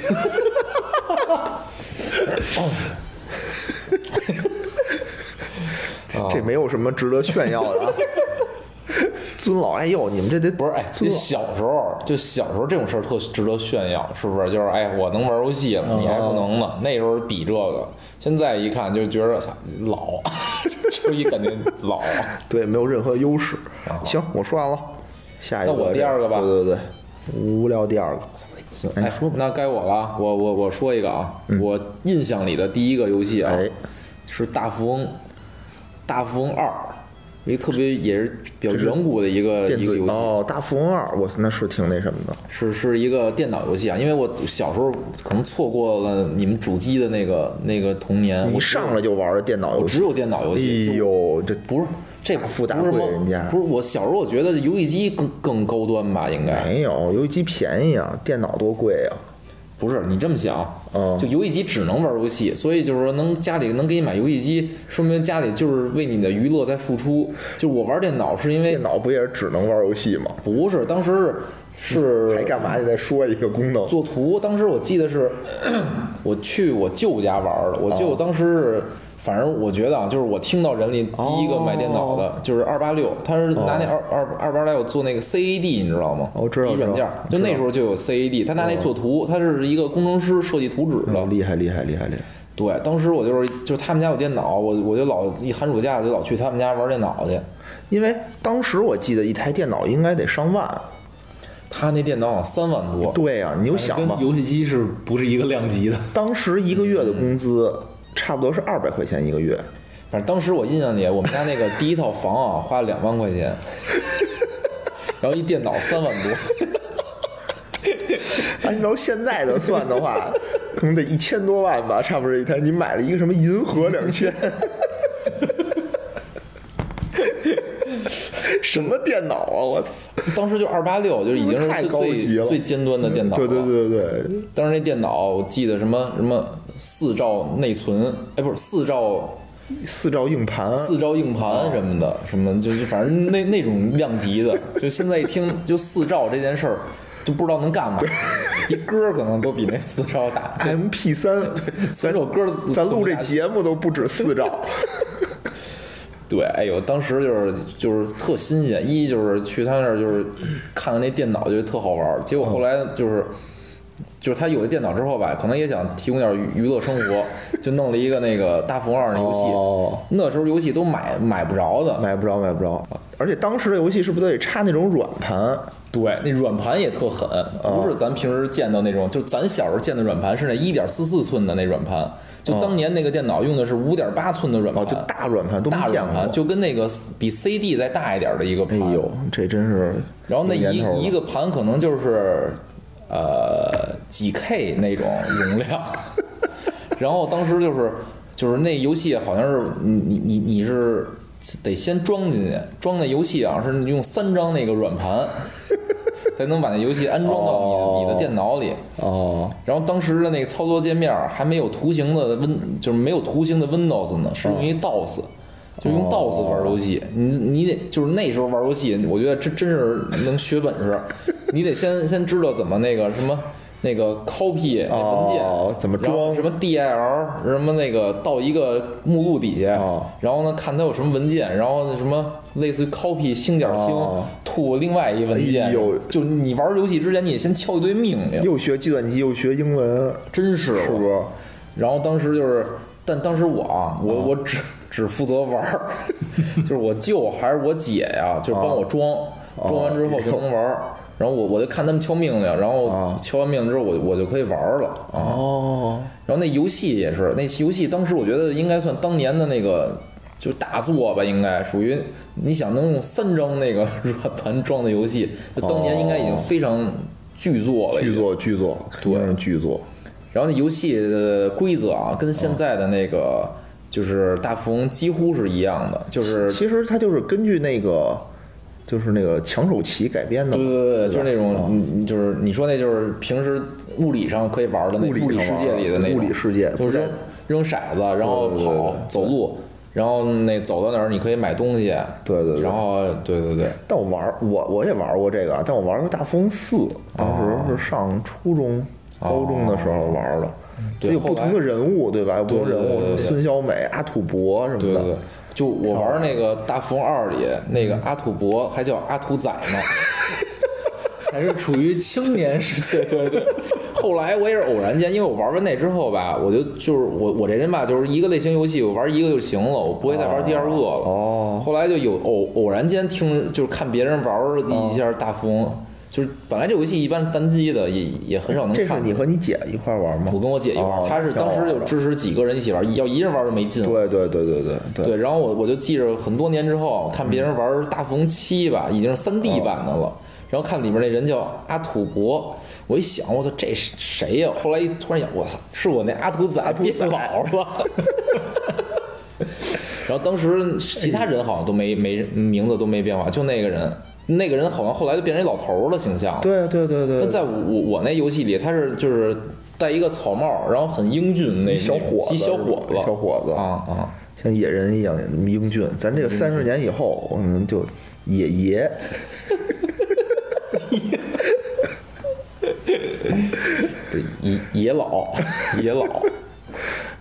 Speaker 2: 哦
Speaker 1: 这没有什么值得炫耀的。啊。 尊老爱幼，你们这得
Speaker 2: 不是，哎，
Speaker 1: 尊
Speaker 2: 你
Speaker 1: 老
Speaker 2: 小时候就小时候这种事儿特值得炫耀，是不是？就是哎，我能玩游戏了，你还不
Speaker 1: 哦
Speaker 2: 能呢。那时候比这个，现在一看就觉得操老， 就一感觉老。哎
Speaker 1: 对没有任何优势。行，我说完了，下一个
Speaker 2: 啊那我第二个吧
Speaker 1: 对对对，无聊第二个，
Speaker 2: 操行，
Speaker 1: 哎
Speaker 2: 哎
Speaker 1: 说吧，嗯
Speaker 2: 那该我了，啊我我我说一个啊，我印象里的第一个游戏啊，
Speaker 1: 哎
Speaker 2: 是大富翁，大富翁二，一个特别也是比较远古的一个
Speaker 1: 电
Speaker 2: 一个
Speaker 1: 子
Speaker 2: 游戏，
Speaker 1: 哦，大富翁二，我那是挺那什么的。
Speaker 2: 是是一个电脑游戏啊，因为我小时候可能错过了你们主机的那个那个童年，
Speaker 1: 你
Speaker 2: 哎我只
Speaker 1: 上来就玩电脑游
Speaker 2: 我
Speaker 1: 戏，
Speaker 2: 只有电脑游
Speaker 1: 哎
Speaker 2: 戏，就
Speaker 1: 呦，这
Speaker 2: 不是这
Speaker 1: 大富大
Speaker 2: 不是
Speaker 1: 贵
Speaker 2: 吗
Speaker 1: 人家
Speaker 2: 不是我小时候我觉得游戏机更更高端吧，应该
Speaker 1: 没有游戏机便宜啊，电脑多贵啊。
Speaker 2: 不是你这么想，
Speaker 1: 嗯
Speaker 2: 就游戏机只能玩游戏，所以就是说能家里能给你买游戏机，说明家里就是为你的娱乐在付出。就我玩电脑是因为
Speaker 1: 电脑不也是只能玩游戏吗？
Speaker 2: 不是当时是
Speaker 1: 还
Speaker 2: 是
Speaker 1: 干嘛？你再说一个功能。
Speaker 2: 做图，当时我记得是我去我舅家玩儿的，我
Speaker 1: 哦
Speaker 2: 舅当时是。反正我觉得啊，就是我听到人里第一个买电脑
Speaker 1: 哦
Speaker 2: 的，就是二八六，他是拿那二二二八六做那个 CAD，你知道吗？
Speaker 1: 哦知道
Speaker 2: 一软件儿，就那时候就有 CAD，他拿那做图，他是一个工程师设计图纸的
Speaker 1: 哦，，厉害厉害厉害厉害！
Speaker 2: 对，当时我就是就是他们家有电脑，我我就老一寒暑假我就老去他们家玩电脑去。
Speaker 1: 因为当时我记得一台电脑应该得上万。
Speaker 2: 他那电脑啊三万多，
Speaker 1: 对呀、你就想吧
Speaker 3: 跟，游戏机是不是一个量级的？
Speaker 1: 当时一个月的工资差不多是二百块钱一个月。
Speaker 2: 反正当时我印象里，我们家那个第一套房啊，花了两万块钱，然后一电脑三万多，
Speaker 1: 按照现在的算的话， 可能得一千多万吧，差不多一台。你买了一个什么银河两千， 什么电脑啊！我操，
Speaker 2: 当时就二八六，就已经
Speaker 1: 太
Speaker 2: 是
Speaker 1: 高
Speaker 2: 最
Speaker 1: 级了
Speaker 2: 最最尖端的电脑了。啊
Speaker 1: 对对对对对，
Speaker 2: 当时那电脑我记得什么什么四兆内存，哎，不是四兆
Speaker 1: 四兆硬盘，
Speaker 2: 四兆硬
Speaker 1: 哦
Speaker 2: 盘什么的，什么就是反正那那种量级 的，就现在一听就四兆这件事儿，就不知道能干嘛，一歌可能都比那四兆大。
Speaker 1: MP 三，
Speaker 2: 存首歌都
Speaker 1: 咱
Speaker 2: 存
Speaker 1: 录
Speaker 2: 不
Speaker 1: 这
Speaker 2: 下去
Speaker 1: 节目都不止四兆。
Speaker 2: 对，哎呦，当时就是就是特新鲜，一就是去他那儿就是看看那电脑，觉得特好玩儿。结果
Speaker 1: 嗯
Speaker 2: 后来就是就是他有了电脑之后吧，可能也想提供点娱娱乐生活，就弄了一个那个大富翁二那游戏。
Speaker 1: 哦
Speaker 2: 那时候游戏都买买不着的，
Speaker 1: 哎买不着，买不着。而且当时的游戏是不是都得插那种软盘？
Speaker 2: 对，那软盘也特狠，
Speaker 1: 嗯
Speaker 2: 不是咱平时见到那种，就咱小时候见的软盘是那一点四四寸的那软盘，就当年那个电脑用的是五点八寸的软盘，
Speaker 1: 嗯哦，就大软盘都没
Speaker 2: 大
Speaker 1: 见
Speaker 2: 软
Speaker 1: 过
Speaker 2: 盘，。就跟那个比 CD 再大一点的一个
Speaker 1: 哎
Speaker 2: 盘。
Speaker 1: 呦，这真是
Speaker 2: 然后那
Speaker 1: 有年头了
Speaker 2: 一一个盘可能就是呃几 K 那种容量， 然后当时就是就是那游戏好像是你你你你是得先装进去，装那游戏啊是用三张那个软盘 才能把那游戏安装到你的、你的电脑里。
Speaker 1: 哦，
Speaker 2: 然后当时的那个操作界面儿还没有图形的 Win，就是没有图形的 Windows
Speaker 1: 嗯
Speaker 2: 呢，是用一 DOS，、
Speaker 1: 哦
Speaker 2: 就用 DOS 玩游戏。你你得就是那时候玩游戏，我觉得真真是能学本 事。你得先先知道怎么那个什么那个 copy 那文件，
Speaker 1: 哦怎么
Speaker 2: 然后
Speaker 1: 装
Speaker 2: 什么 DIL 什么那个到一个目录底下，
Speaker 1: 哦
Speaker 2: 然后呢看它有什么文件，然后什么类似于 copy 星点星、
Speaker 1: 哦
Speaker 2: 吐另外一文件，
Speaker 1: 哎呦
Speaker 2: 就你玩游戏之前你得先敲一堆命令。
Speaker 1: 又学计算机又学英文，
Speaker 2: 真是
Speaker 1: 是
Speaker 2: 我
Speaker 1: 不是？
Speaker 2: 然后当时就是，但当时我啊，我我只 只负责玩儿， 就是我舅还是我姐呀、就是帮我装，装完之后就能玩儿。然后我我就看他们敲命令，然后
Speaker 1: 啊
Speaker 2: 敲完命令之后我，我就可以玩儿了啊。
Speaker 1: 哦，
Speaker 2: 然后那游戏也是，那游戏当时我觉得应该算当年的那个就是大作吧，应该属于你想能用三张那个 软盘装的游戏，就当年应该已经非常哦巨作了，已经
Speaker 1: 剧作剧作，肯定是剧作。
Speaker 2: 然后那游戏的规则啊，跟现在的那个就是大富翁几乎是一样的，就是
Speaker 1: 其实它就是根据那个，就是那个抢手棋改编的
Speaker 2: 对
Speaker 1: 嘛。
Speaker 2: 对对，就是那
Speaker 1: 啊
Speaker 2: 种嗯就是你说那就是平时物理上可以玩的那
Speaker 1: 物理
Speaker 2: 物理
Speaker 1: 上
Speaker 2: 世
Speaker 1: 玩
Speaker 2: 界里的那种
Speaker 1: 物理世界
Speaker 2: 就是扔
Speaker 1: 不在
Speaker 2: 扔骰子，然后
Speaker 1: 对对对对
Speaker 2: 跑
Speaker 1: 对
Speaker 2: 走路，然后那走到哪儿你可以买东西，
Speaker 1: 对对对
Speaker 2: 然后对对对，
Speaker 1: 但我玩儿我我也玩过这个，啊但我玩过《大富翁四》，当时是上初中、高中的时候玩的。
Speaker 2: 哦嗯对
Speaker 1: 它有不
Speaker 2: 后来
Speaker 1: 同的人物，对吧？有不同人
Speaker 2: 对对对对
Speaker 1: 物，
Speaker 2: 对
Speaker 1: 孙小美、阿土伯什么
Speaker 2: 对
Speaker 1: 的。
Speaker 2: 对对，就我玩那个大富翁二里那个阿土伯还叫阿土仔呢。
Speaker 3: 还是处于青年时期？
Speaker 2: 对对对。后来我也是偶然间，因为我玩完那之后吧，我就就是我我这人吧，就是一个类型游戏我玩一个就行了，我不会再玩第二个了。
Speaker 1: 哦
Speaker 2: 后来就有偶偶然间听，就是看别人玩了一下大富翁，就是本来这游戏一般单机的也也很少能
Speaker 1: 这
Speaker 2: 看
Speaker 1: 是
Speaker 2: 见。
Speaker 1: 你和你姐一块玩吗
Speaker 2: 我？跟我姐一块
Speaker 1: 哦
Speaker 2: 儿，她是当时
Speaker 1: 挺好
Speaker 2: 就
Speaker 1: 玩的
Speaker 2: 支持几个人一起玩，要一人玩都没劲。
Speaker 1: 对对对对对对
Speaker 2: 对，然后我我就记着很多年之后看别人玩大富翁七吧，已经是三 D 版的了。
Speaker 1: 嗯
Speaker 2: 然后看里面那人叫阿土伯，我一想，我操，这是谁呀、后来一突然想，我操，是我那阿土仔变老了。 然后当时其他人好像都没没名字都没变化，就那个人，那个人好像后来就变成一老头儿的形象了。
Speaker 1: 对对对对
Speaker 2: 但
Speaker 1: 对，
Speaker 2: 在我我那游戏里，他是就是戴一个草帽，然后很英俊那
Speaker 1: 小伙
Speaker 2: 一
Speaker 1: 子，
Speaker 2: 小伙子，
Speaker 1: 小伙子
Speaker 2: 啊啊，
Speaker 1: 像野人一样英俊。咱这
Speaker 2: 嗯
Speaker 1: 个三十年以后，我们就野爷。
Speaker 2: 对，野野老，野老。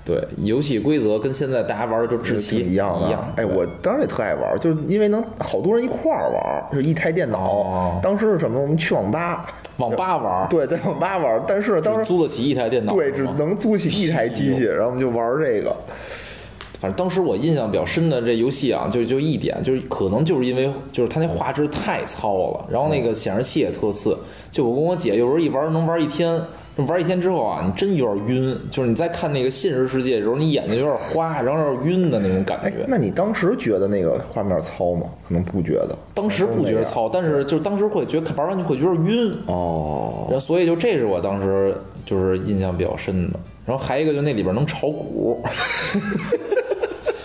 Speaker 2: 对，游戏规则跟现在大家玩的就
Speaker 1: 就
Speaker 2: 志
Speaker 1: 挺
Speaker 2: 奇
Speaker 1: 一样的。
Speaker 2: 一样。
Speaker 1: 哎，我当时也特爱玩，就是因为能好多人一块儿玩，就是一台电脑。
Speaker 2: 哦
Speaker 1: 当时是什么？我们去网吧，
Speaker 2: 网吧玩，，
Speaker 1: 对，在网吧玩，但是当时
Speaker 2: 租得起一台电脑，
Speaker 1: 对只
Speaker 2: 是吗
Speaker 1: 能租起一台机器，然后我们就玩这个。
Speaker 2: 反正当时我印象比较深的这游戏啊，就就一点，就是可能就是因为就是它那画质太糙了，然后那个显示器也特次。就我跟我姐有时候一玩能玩一天，玩一天之后啊，你真有点晕，就是你在看那个现实世界的时候，你眼睛有点花，然后有点晕的那种感
Speaker 1: 哎
Speaker 2: 觉，。
Speaker 1: 那你当时觉得那个画面糙吗？可能不觉得。
Speaker 2: 当时不觉得糙，但是就是当时会觉得看玩完就会觉得晕，
Speaker 1: 哦，
Speaker 2: 然后所以就这是我当时就是印象比较深的。然后还一个就那里边能炒股，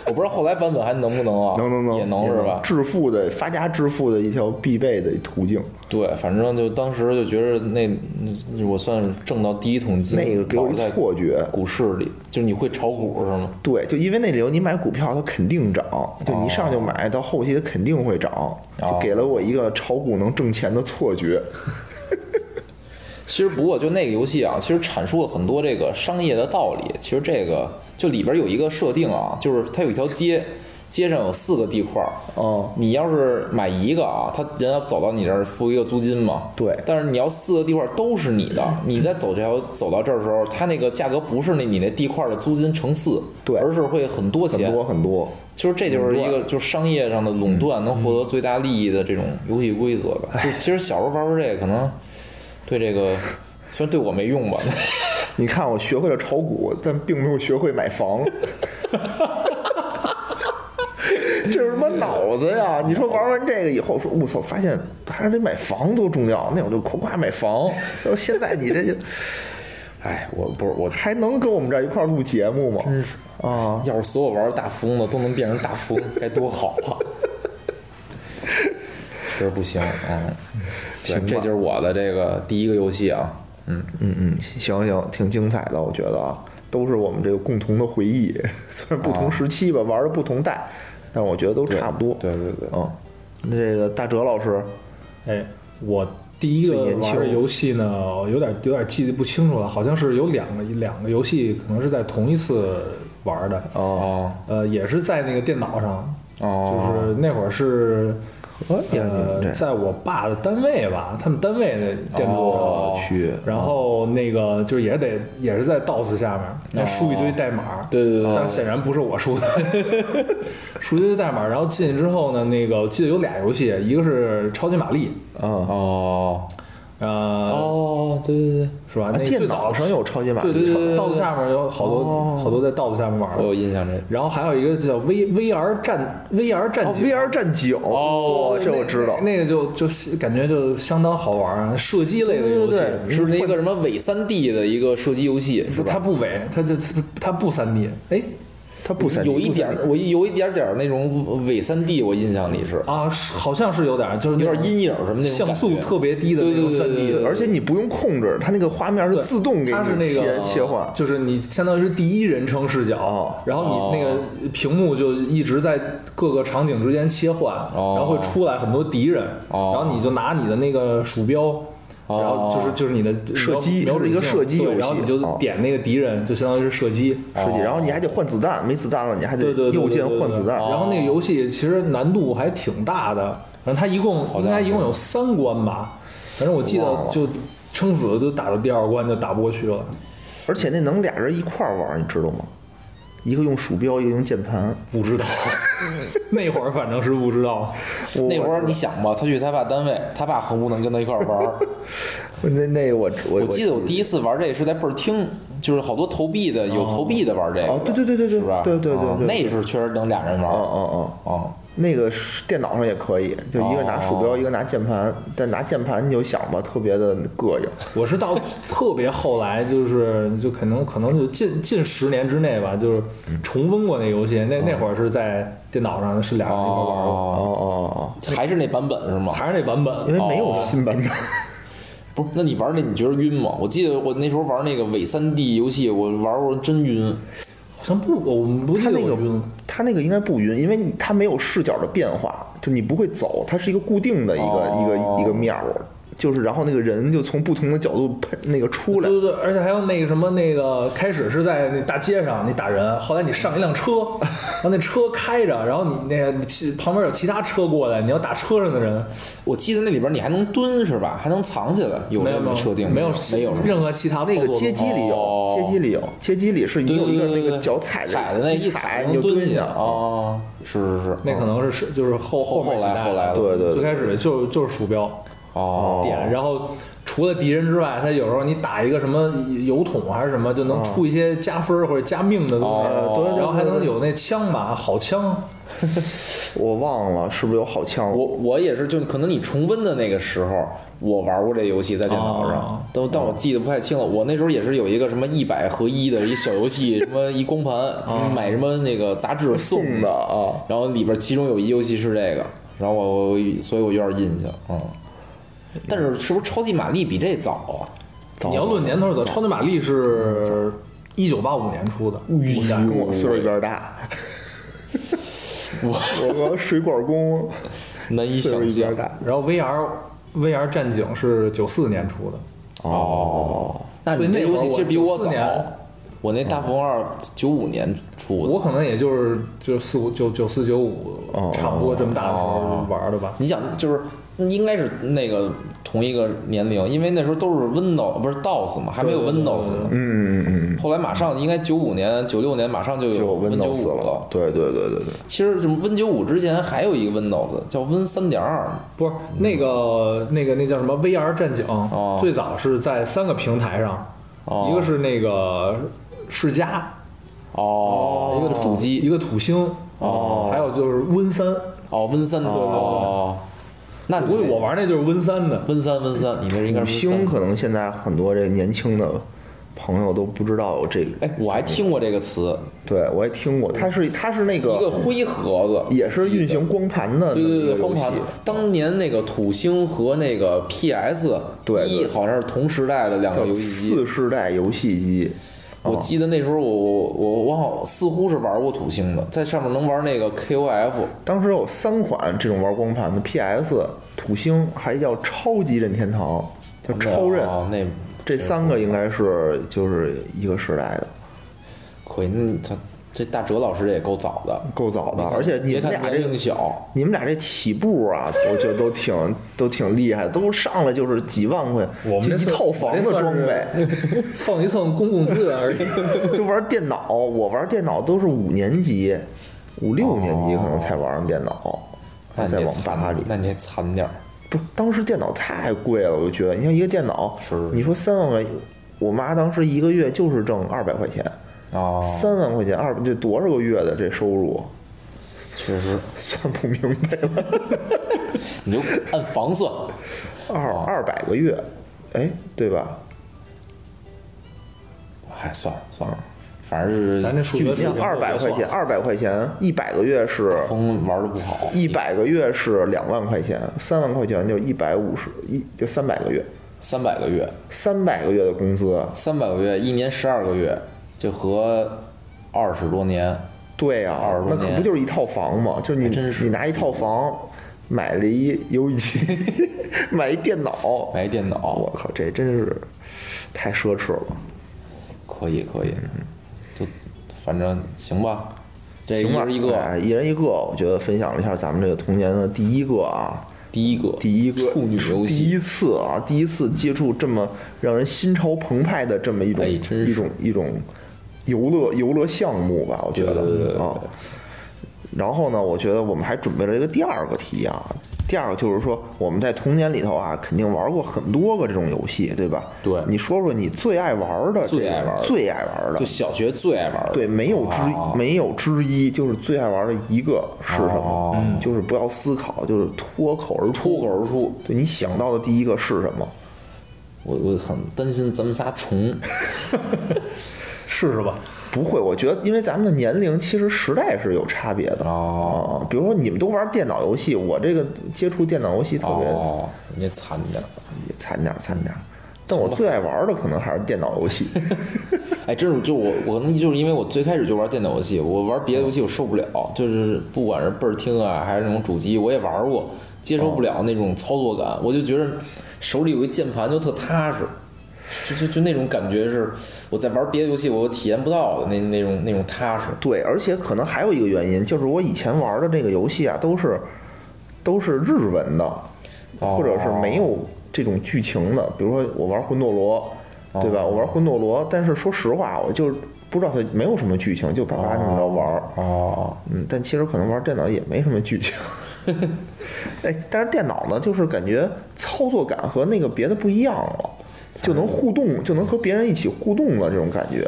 Speaker 2: 我不知道后来版本还能不能啊？
Speaker 1: 能能能，
Speaker 2: 也能是吧？
Speaker 1: 致富的发家致富的一条必备的途径。
Speaker 2: 对，反正就当时就觉得那那我算是挣到第一桶金，
Speaker 1: 那个给我
Speaker 2: 老
Speaker 1: 一
Speaker 2: 在
Speaker 1: 错觉，
Speaker 2: 股市里，就是你会炒股是吗？
Speaker 1: 对，就因为那理由，你买股票它肯定涨，就你一上就买，到后期它肯定会涨，就给了我一个炒股能挣钱的错觉。
Speaker 2: 其实不过就那个游戏啊，其实阐述了很多这个商业的道理。其实这个就里边有一个设定啊，就是它有一条街，街上有四个地块儿。
Speaker 1: 哦，
Speaker 2: 你要是买一个啊，他人要走到你这儿付一个租金嘛。
Speaker 1: 对
Speaker 2: 但是你要四个地块儿都是你的，你在走这条走到这儿的时候，它那个价格不是那你那地块儿的租金乘四，
Speaker 1: 对
Speaker 2: 而是会很多
Speaker 1: 很
Speaker 2: 钱。
Speaker 1: 多很多，
Speaker 2: 其实这就是一个就是商业上的垄断，能获得最大利益的这种游戏规则吧。就其实小时候玩玩这个，可能对这 个虽然对我没用吧，
Speaker 1: 你看我学会了炒股，但并没有学会买房。 这是什么脑子呀？你说玩完这个以后，说我操，发现还是得买房多重要。那我就夸夸买房，然后现在你这就
Speaker 2: 哎，我不是我，
Speaker 1: 还能跟我们这儿一块儿录节目吗？真
Speaker 2: 是
Speaker 1: 啊，
Speaker 2: 要是所有玩大富翁的都能变成大富翁，该多好 啊！确实不行，嗯，对，这就是我的这个第一个游戏啊，嗯，
Speaker 1: 嗯嗯，行行，挺精彩的，我觉得啊，都是我们这个共同的回忆， 虽然不同时期吧，玩的不同代，但我觉得都
Speaker 2: 对
Speaker 1: 差不多。
Speaker 2: 哦对对对，
Speaker 1: 嗯，那这个大哲老师，
Speaker 3: 哎，我第一个
Speaker 1: 最年
Speaker 3: 玩
Speaker 1: 轻
Speaker 3: 的游戏呢，有点有点记得不清楚了，好像是有两个两个游戏，可能是在同一次玩的，
Speaker 2: 哦
Speaker 3: 呃，也是在那个电脑上，
Speaker 2: 哦，
Speaker 3: 就是那会儿是。
Speaker 1: 可以啊你们
Speaker 3: 呃，
Speaker 1: 这
Speaker 3: 在我爸的单位吧，他们单位的电脑上
Speaker 2: 哦
Speaker 1: 去
Speaker 3: 然后那个就是也得也是在 DOS 下面，
Speaker 1: 哦
Speaker 3: 那输一堆代码，
Speaker 2: 对对对
Speaker 3: 但显然不是我输的， 输一堆代码，然后进去之后呢，那个我记得有俩游戏，一个是超级玛丽，
Speaker 1: 啊，
Speaker 2: 哦
Speaker 3: 呃，
Speaker 2: 哦，对对对，
Speaker 3: 是吧？
Speaker 1: 啊
Speaker 3: 那
Speaker 1: 电
Speaker 3: 最早
Speaker 1: 脑上有超级玛
Speaker 3: 对对
Speaker 1: 丽，哦
Speaker 3: 对，DOS 下面有好多、好多在 DOS 下面玩
Speaker 2: 我
Speaker 3: 的，
Speaker 2: 有印象这个。
Speaker 3: 然后还有一个叫 V VR 战 VR 战
Speaker 1: 哦
Speaker 3: 警。
Speaker 1: ，VR 战警，哦，这我知道
Speaker 3: 那，那个就就是感觉就相当好玩儿，射击类的游戏，
Speaker 1: 对对对
Speaker 2: 是那个什么伪三 D 的一个射击游戏，是吧？
Speaker 3: 它不伪，它就它不三 D，哎
Speaker 1: 它不三 D，
Speaker 2: 有一
Speaker 1: 不
Speaker 2: 点
Speaker 1: 三 D
Speaker 2: 儿，我有一点点儿那种伪三 D，我印象里是
Speaker 3: 啊，是好像是有点儿，就是那
Speaker 2: 有
Speaker 3: 种
Speaker 2: 点阴影什么那种
Speaker 3: 像
Speaker 2: 感
Speaker 3: 素
Speaker 2: 觉
Speaker 3: 特别低的那种
Speaker 2: 对对
Speaker 3: 三
Speaker 2: 对
Speaker 3: D，
Speaker 2: 对
Speaker 1: 对，而且你不用控制，它那个画面是
Speaker 3: 对
Speaker 1: 自动给
Speaker 3: 它是
Speaker 1: 你
Speaker 3: 那
Speaker 1: 切
Speaker 3: 个
Speaker 1: 切
Speaker 2: 哦
Speaker 1: 换，
Speaker 3: 就是你相当于是第一人称视角，
Speaker 1: 哦
Speaker 3: 然后你那个屏幕就一直在各个场景之间切换，
Speaker 2: 哦
Speaker 3: 然后会出来很多敌人，
Speaker 2: 哦
Speaker 3: 然后你就拿你的那个鼠标。然后就是就是你的
Speaker 1: 射击
Speaker 3: 瞄瞄
Speaker 1: 它是一个
Speaker 3: 准性
Speaker 1: 射击
Speaker 3: 对
Speaker 1: 游戏
Speaker 3: 然后你就
Speaker 1: 哦
Speaker 3: 点那个敌人，就相当于是射击。
Speaker 1: 是你然后你还得换子弹，没子弹了你还得
Speaker 3: 对对对对
Speaker 1: 右键
Speaker 3: 对
Speaker 1: 换
Speaker 3: 对
Speaker 1: 子弹，
Speaker 3: 然后那个游戏其实难度还挺大的，反正它一共
Speaker 2: 像
Speaker 3: 应该一共有三关吧，反正我记
Speaker 1: 忘
Speaker 3: 得
Speaker 1: 了
Speaker 3: 就撑死就打到第二关就打不过去了。
Speaker 1: 而且那能俩人一块儿玩，你知道吗？一个用鼠标，一个用键盘。
Speaker 3: 不知道，那会儿反正是不知道，
Speaker 2: 那会儿你想吧，他去他爸单位，他爸恨不能跟他一块儿玩儿。
Speaker 1: 那那我 我
Speaker 2: 我记得我第一次玩这个是在倍儿厅，就是好多投币的，有投币的玩这个。
Speaker 1: 哦对对对对对
Speaker 2: 是吧？
Speaker 1: 对对对
Speaker 2: 啊
Speaker 1: 对
Speaker 2: 那是确实能俩人玩。
Speaker 1: 哦哦哦，
Speaker 2: 哦，
Speaker 1: 那个是电脑上也可以，就一个拿鼠标，
Speaker 2: 哦
Speaker 1: 一个拿键盘，但拿键盘你就想吧，特别的膈应。
Speaker 3: 我是到特别后来，就是就可能可能就近近十年之内吧，就是重温过那游戏。那那会儿是在电脑上是俩人一块玩过，
Speaker 1: 嗯哦
Speaker 2: 哦，
Speaker 1: 哦
Speaker 2: 还是那版本是吗？
Speaker 3: 还是那版
Speaker 1: 哦，因
Speaker 3: 本。
Speaker 1: 为没有新版本。
Speaker 2: 不是，那你玩那你觉得晕吗？我记得我那时候玩那个伪三 D 游戏，我玩过真晕。
Speaker 3: 好像不，我们不记
Speaker 1: 它
Speaker 3: 得
Speaker 1: 那
Speaker 3: 我
Speaker 1: 个
Speaker 3: 晕了。
Speaker 1: 它那个应该不晕，因为你它没有视角的变化，就你不会走，它是一个固定的一个、
Speaker 2: 哦
Speaker 1: 一个一个面儿，就是然后那个人就从不同的角度配那个出来
Speaker 3: 对。对对，而且还有那个什么，那个开始是在那大街上你打人，后来你上一辆车， 然后那车开着，然后你那个你屁旁边有其他车过来，你要打车上的人，
Speaker 2: 我记得那里边你还能蹲是吧？还能藏起来，有
Speaker 3: 没
Speaker 2: 这
Speaker 3: 有没
Speaker 2: 么
Speaker 3: 有
Speaker 2: 设定吗
Speaker 3: 没有
Speaker 2: 没有是吧
Speaker 3: 任何其他操
Speaker 1: 那
Speaker 3: 作
Speaker 1: 个
Speaker 3: 的
Speaker 1: 街机里有，
Speaker 2: 哦
Speaker 1: 街机里有，街机里是你
Speaker 2: 对
Speaker 1: 有一个
Speaker 2: 对对
Speaker 1: 那个
Speaker 2: 对
Speaker 1: 脚踩着
Speaker 2: 踩的那
Speaker 1: 一
Speaker 2: 一
Speaker 1: 踩
Speaker 2: 踩
Speaker 1: 你就
Speaker 2: 蹲
Speaker 1: 蹲
Speaker 2: 下
Speaker 1: 下。
Speaker 2: 啊，是是是，
Speaker 3: 那可能是是就是后
Speaker 2: 后
Speaker 3: 面几代
Speaker 2: 后来后来了
Speaker 1: 对对对
Speaker 3: 最开始就就是鼠标
Speaker 2: 哦
Speaker 3: 点，然后除了敌人之外，它有时候你打一个什么油桶还是什么，就能出一些加分或者加命的东
Speaker 2: 哦
Speaker 3: 西，
Speaker 1: 呃对对对
Speaker 3: 然后还能有那枪吧，好枪。
Speaker 1: 我忘了是不是有好枪？
Speaker 2: 我我也是，就可能你重温的那个时候，我玩过这游戏在电脑
Speaker 3: 哦
Speaker 2: 上，但但我记得不太清了。我那时候也是有一个什么一百合一的一小游戏，什么一光盘，买什么那个杂志
Speaker 1: 送
Speaker 2: 送
Speaker 1: 的，啊，
Speaker 2: 然后里边其中有一游戏是这个，然后我我所以我有点印象啊。嗯但是是不是超级玛丽比这早啊？
Speaker 1: 早
Speaker 3: 你要论年头早，超级玛丽是一九八五年出的，
Speaker 2: 嗯
Speaker 3: 我想
Speaker 1: 跟我岁数一边大。我我和水管工
Speaker 2: 难以
Speaker 1: 岁数
Speaker 2: 想
Speaker 1: 一边
Speaker 2: 象
Speaker 1: 大。
Speaker 3: 然后 VR VR 战警是九四年出的，
Speaker 2: 哦。那你
Speaker 3: 对
Speaker 2: 那
Speaker 3: 那会
Speaker 2: 游
Speaker 3: 儿
Speaker 2: 戏其实
Speaker 3: 我
Speaker 2: 比我
Speaker 3: 94
Speaker 2: 早
Speaker 3: 年，
Speaker 2: 我那大富翁二九五年出的。
Speaker 3: 我可能也就是就是四五九九四九五
Speaker 2: 哦
Speaker 3: 差不多这么大的时候玩的吧。
Speaker 2: 你想，就是应该是那个同一个年龄，因为那时候都是 Windows 不是 DOS 嘛，还没有
Speaker 3: 对对对
Speaker 2: Windows 呢。
Speaker 1: 嗯嗯嗯
Speaker 2: 后来马上应该九五年、九六年马上就
Speaker 1: 嗯，就
Speaker 2: 有 Win 九
Speaker 1: Windows
Speaker 2: 五
Speaker 1: 了。。对对对对对。
Speaker 2: 其实什么 Win 九五之前还有一个 Windows 叫 Win 三点二，
Speaker 3: 不是那个那个那叫什么 VR 战警，最早是在三个平台上，
Speaker 2: 哦
Speaker 3: 一个是那个世嘉，
Speaker 2: 哦，一个主
Speaker 3: 一
Speaker 2: 机，
Speaker 3: 个土星，哦，还有就是 Win 三。
Speaker 2: 哦 Win 三对哦，那
Speaker 3: 我我
Speaker 2: 你
Speaker 3: 玩那就是 Win 三的，
Speaker 2: Win 三 Win 三，你那应该
Speaker 1: 土
Speaker 2: 是 Win
Speaker 1: 星
Speaker 2: 三。
Speaker 1: 可能现在很多这年轻的朋友都不知道有这个。
Speaker 2: 哎，我还听过这个词，
Speaker 1: 对我也听过，它是它是那
Speaker 2: 一个
Speaker 1: 个
Speaker 2: 灰盒子，
Speaker 1: 也是运行光盘的那
Speaker 2: 对
Speaker 1: 么一
Speaker 2: 对
Speaker 1: 个
Speaker 2: 对，
Speaker 1: 游
Speaker 2: 光
Speaker 1: 戏
Speaker 2: 盘。当年那个土星和那个 PS
Speaker 1: 对对
Speaker 2: 一好像是同时代的两个
Speaker 1: 叫啊
Speaker 2: 游戏机
Speaker 1: 次。世代游戏机。
Speaker 2: 我记得那时候我我我我好像似乎是玩过土星的，在上面能玩那个 KOF
Speaker 1: 当时有三款这种玩光盘的，PS、土星还叫超级任天堂，叫超任，
Speaker 2: 哦那
Speaker 1: 这三个应该是就是一个时代的，
Speaker 2: 可以，那他这大哲老师这也够早的，
Speaker 1: 够早的。嗯而且你
Speaker 2: 别
Speaker 1: 们
Speaker 2: 看
Speaker 1: 俩
Speaker 2: 年
Speaker 1: 这
Speaker 2: 龄小，
Speaker 1: 你们俩这起步啊，我觉得都挺 都挺厉害，都上来就是几万块，
Speaker 3: 我们
Speaker 1: 就
Speaker 3: 这
Speaker 1: 一
Speaker 3: 算
Speaker 1: 套房子装备，，
Speaker 3: 我这算是蹭一蹭公共资源而 已。
Speaker 1: 就玩电脑。我玩电脑都是五年级、五六年级可能才玩上电脑，
Speaker 2: 那你
Speaker 1: 在
Speaker 2: 这
Speaker 1: 网吧
Speaker 2: 惨
Speaker 1: 里，。
Speaker 2: 那你这惨点儿。
Speaker 1: 不是，当时电脑太贵了，我就觉得，你像一个电脑，
Speaker 2: 是
Speaker 1: 你说三万块，我妈当时一个月就是挣二百块钱，
Speaker 2: 哦，
Speaker 1: 三万块钱二这多少个月的这收入，
Speaker 2: 确实，
Speaker 1: 算不明白了，
Speaker 2: 你就按房算，
Speaker 1: 二
Speaker 2: 哦
Speaker 1: 二百个月，哎，对吧？
Speaker 2: 哎，算了算了，反正是
Speaker 3: 咱这数
Speaker 2: 巨
Speaker 3: 学
Speaker 1: 你像
Speaker 3: 这个
Speaker 1: 二百块
Speaker 3: 我也
Speaker 1: 钱，
Speaker 3: 算
Speaker 1: 二百块钱，一百个月是，
Speaker 2: 风玩的不好，
Speaker 1: 一百个月是两万块钱，三万块钱就一百五十一，就三百个月，
Speaker 2: 三百个月，
Speaker 1: 三百个月的工资，
Speaker 2: 三百个月，一年十二个月，就合二十多年。
Speaker 1: 对呀、
Speaker 2: 二十多
Speaker 1: 那可
Speaker 2: 年
Speaker 1: 不就是一套房吗？就是你
Speaker 2: 还真是
Speaker 1: 你拿一套房，买了一游戏 机，买一电脑，
Speaker 2: 买一电
Speaker 1: 我
Speaker 2: 脑，
Speaker 1: 靠，这真是太奢侈了。
Speaker 2: 可以可以，
Speaker 1: 嗯
Speaker 2: 就反正行吧，这一
Speaker 1: 行吧，
Speaker 2: 人一个，
Speaker 1: 哎，一人一个，我觉得分享了一下咱们这个童年的第一个啊，
Speaker 2: 第一个
Speaker 1: 第一个
Speaker 2: 处女游
Speaker 1: 第
Speaker 2: 戏，
Speaker 1: 一次啊，第一次接触这么让人心潮澎湃的这么一种、
Speaker 2: 哎真是
Speaker 1: 一种一种游乐游乐项目吧，我觉得
Speaker 2: 对对对对
Speaker 1: 啊。然后呢，我觉得我们还准备了一个第二个题啊，第二个就是说我们在童年里头啊，肯定玩过很多个这种游戏，对吧？
Speaker 2: 对
Speaker 1: 你说说你最爱玩的这个，
Speaker 2: 最爱玩的
Speaker 1: 最爱玩
Speaker 2: 就
Speaker 1: 的，
Speaker 2: 小学最爱玩的，
Speaker 1: 对，没有之
Speaker 2: 哦
Speaker 1: 没有之一，就是最爱玩的一个是什么？
Speaker 2: 哦
Speaker 1: 就是不要思考，就是脱口而出。
Speaker 2: 脱口而出。
Speaker 1: 对你想到的第一个是什么？
Speaker 2: 我我很担心咱们仨 重，
Speaker 3: 试试吧。
Speaker 1: 不会，我觉得因为咱们的年龄其实时代是有差别的
Speaker 2: 哦
Speaker 1: 啊比如说你们都玩电脑游戏，我这个接触电脑游戏特别、
Speaker 2: 哦，你也惨点儿。
Speaker 1: 也惨点儿惨点儿。但我最爱玩的可能还是电脑 游戏。
Speaker 2: 哎，真是就我我可能就是因为我最开始就玩电脑游戏，我玩别的游戏我受不了，就是不管是倍儿听啊，还是那种主机，我也玩过，接受不了那种操作感，我就觉得手里有一键盘就特踏实。就就就那种感觉是我在玩别的游戏我体验不到的那那种那种踏实，
Speaker 1: 对，而且可能还有一个原因，就是我以前玩的这个游戏啊，都是都是日文的，
Speaker 2: 哦
Speaker 1: 或者是没有这种剧情的。比如说我玩魂斗罗，
Speaker 2: 哦
Speaker 1: 对吧？我玩魂斗罗，但是说实话，我就不知道它没有什么剧情，就啪啪这么着玩儿。
Speaker 2: 哦，
Speaker 1: 嗯，但其实可能玩电脑也没什么剧 情。哎，但是电脑呢，就是感觉操作感和那个别的不一样了，就能互动，就能和别人一起互动了，这种感觉。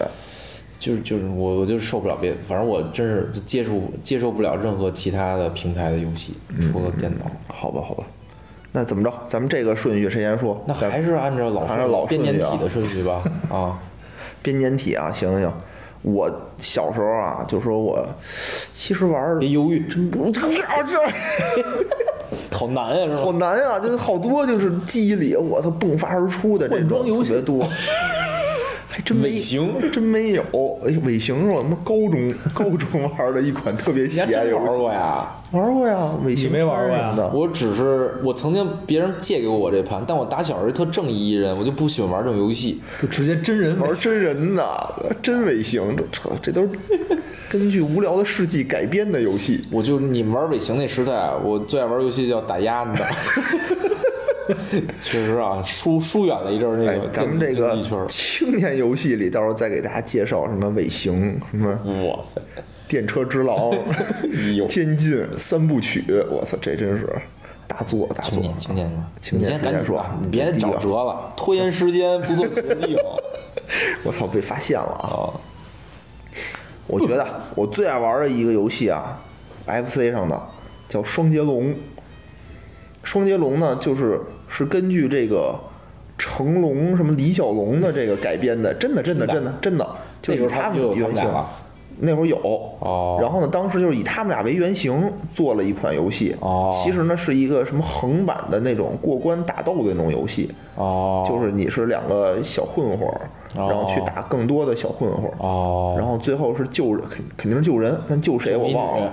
Speaker 2: 就是就是我我就是受不了别，反正我真是就接触接受不了任何其他的平台的游戏，除了电脑。
Speaker 1: 好吧，好吧，那怎么着？咱们这个顺序谁先说？
Speaker 2: 那
Speaker 1: 咱
Speaker 2: 还是嗯按照老
Speaker 1: 还是老
Speaker 2: 编年
Speaker 1: 顺序啊
Speaker 2: 体的顺序 吧，啊，
Speaker 1: 编年体啊，行行行。我小时候啊，就说我其实玩儿
Speaker 2: 别犹豫，
Speaker 1: 真不啊，这
Speaker 2: 好难呀、是
Speaker 1: 好
Speaker 2: 吧？
Speaker 1: 难啊，就是好多就是记忆里我操迸发而出的这种
Speaker 3: 换装游
Speaker 1: 特
Speaker 3: 戏
Speaker 1: 别多，还真没
Speaker 2: 尾行
Speaker 1: 真没有。哎，尾行是我们高中高中玩的一款特别
Speaker 2: 你
Speaker 1: 邪
Speaker 2: 还
Speaker 1: 的
Speaker 2: 真
Speaker 1: 啊游
Speaker 2: 玩
Speaker 1: 戏，
Speaker 2: 过呀？
Speaker 1: 玩过呀，尾行
Speaker 3: 你没玩过呀
Speaker 1: 三什么的。
Speaker 2: 我只是我曾经别人借给我这盘，但我打小是特正义一人，我就不喜欢玩这种游戏。
Speaker 3: 就直接真人
Speaker 1: 玩真人呐，真尾行，这操这都是根据无聊的事迹改编的游戏。
Speaker 2: 我就你们玩尾行那时代，我最爱玩游戏叫打鸭，你知道吗？ 确实啊，疏疏远了一阵儿那
Speaker 1: 哎
Speaker 2: 个，
Speaker 1: 咱
Speaker 2: 电
Speaker 1: 们
Speaker 2: 子
Speaker 1: 这个
Speaker 2: 竞技圈儿。
Speaker 1: 青年游戏里，到时候再给大家介绍什么尾行、什么
Speaker 2: 哇塞，
Speaker 1: 电车之 狼、
Speaker 2: 呦
Speaker 1: 监禁三部曲，我操，这真是大作大作。
Speaker 2: 青年，青年，
Speaker 1: 青
Speaker 2: 你
Speaker 1: 年
Speaker 2: 先
Speaker 1: 青年
Speaker 2: 赶紧
Speaker 1: 说
Speaker 2: 吧，
Speaker 1: 你
Speaker 2: 你别
Speaker 1: 别
Speaker 2: 找
Speaker 1: 低啊
Speaker 2: 辙了，拖延时间不做决 定。
Speaker 1: 我操，被发现了啊！
Speaker 2: 啊，
Speaker 1: 我觉得我最爱玩的一个游戏啊，FC 上的叫《双截龙》。双截龙呢，就是是根据这个成龙什么李小龙的这个改编的，真的真的真的真的，就是
Speaker 2: 那时候
Speaker 1: 以
Speaker 2: 他
Speaker 1: 他们
Speaker 2: 们就有他
Speaker 1: 原
Speaker 2: 们俩
Speaker 1: 型
Speaker 2: 了。
Speaker 1: 那会儿有
Speaker 2: 哦
Speaker 1: 然后呢，当时就是以他们俩为原型做了一款游戏。
Speaker 2: 哦
Speaker 1: 其实呢是一个什么横版的那种过关打斗的那种游戏，
Speaker 2: 哦，
Speaker 1: 就是你是两个小混混儿，然后去打更多的小混混儿。
Speaker 2: 哦，
Speaker 1: 然后最后是救人，肯肯定是救人，但救谁
Speaker 2: 救
Speaker 1: 我
Speaker 2: 一
Speaker 1: 忘
Speaker 2: 女
Speaker 1: 了，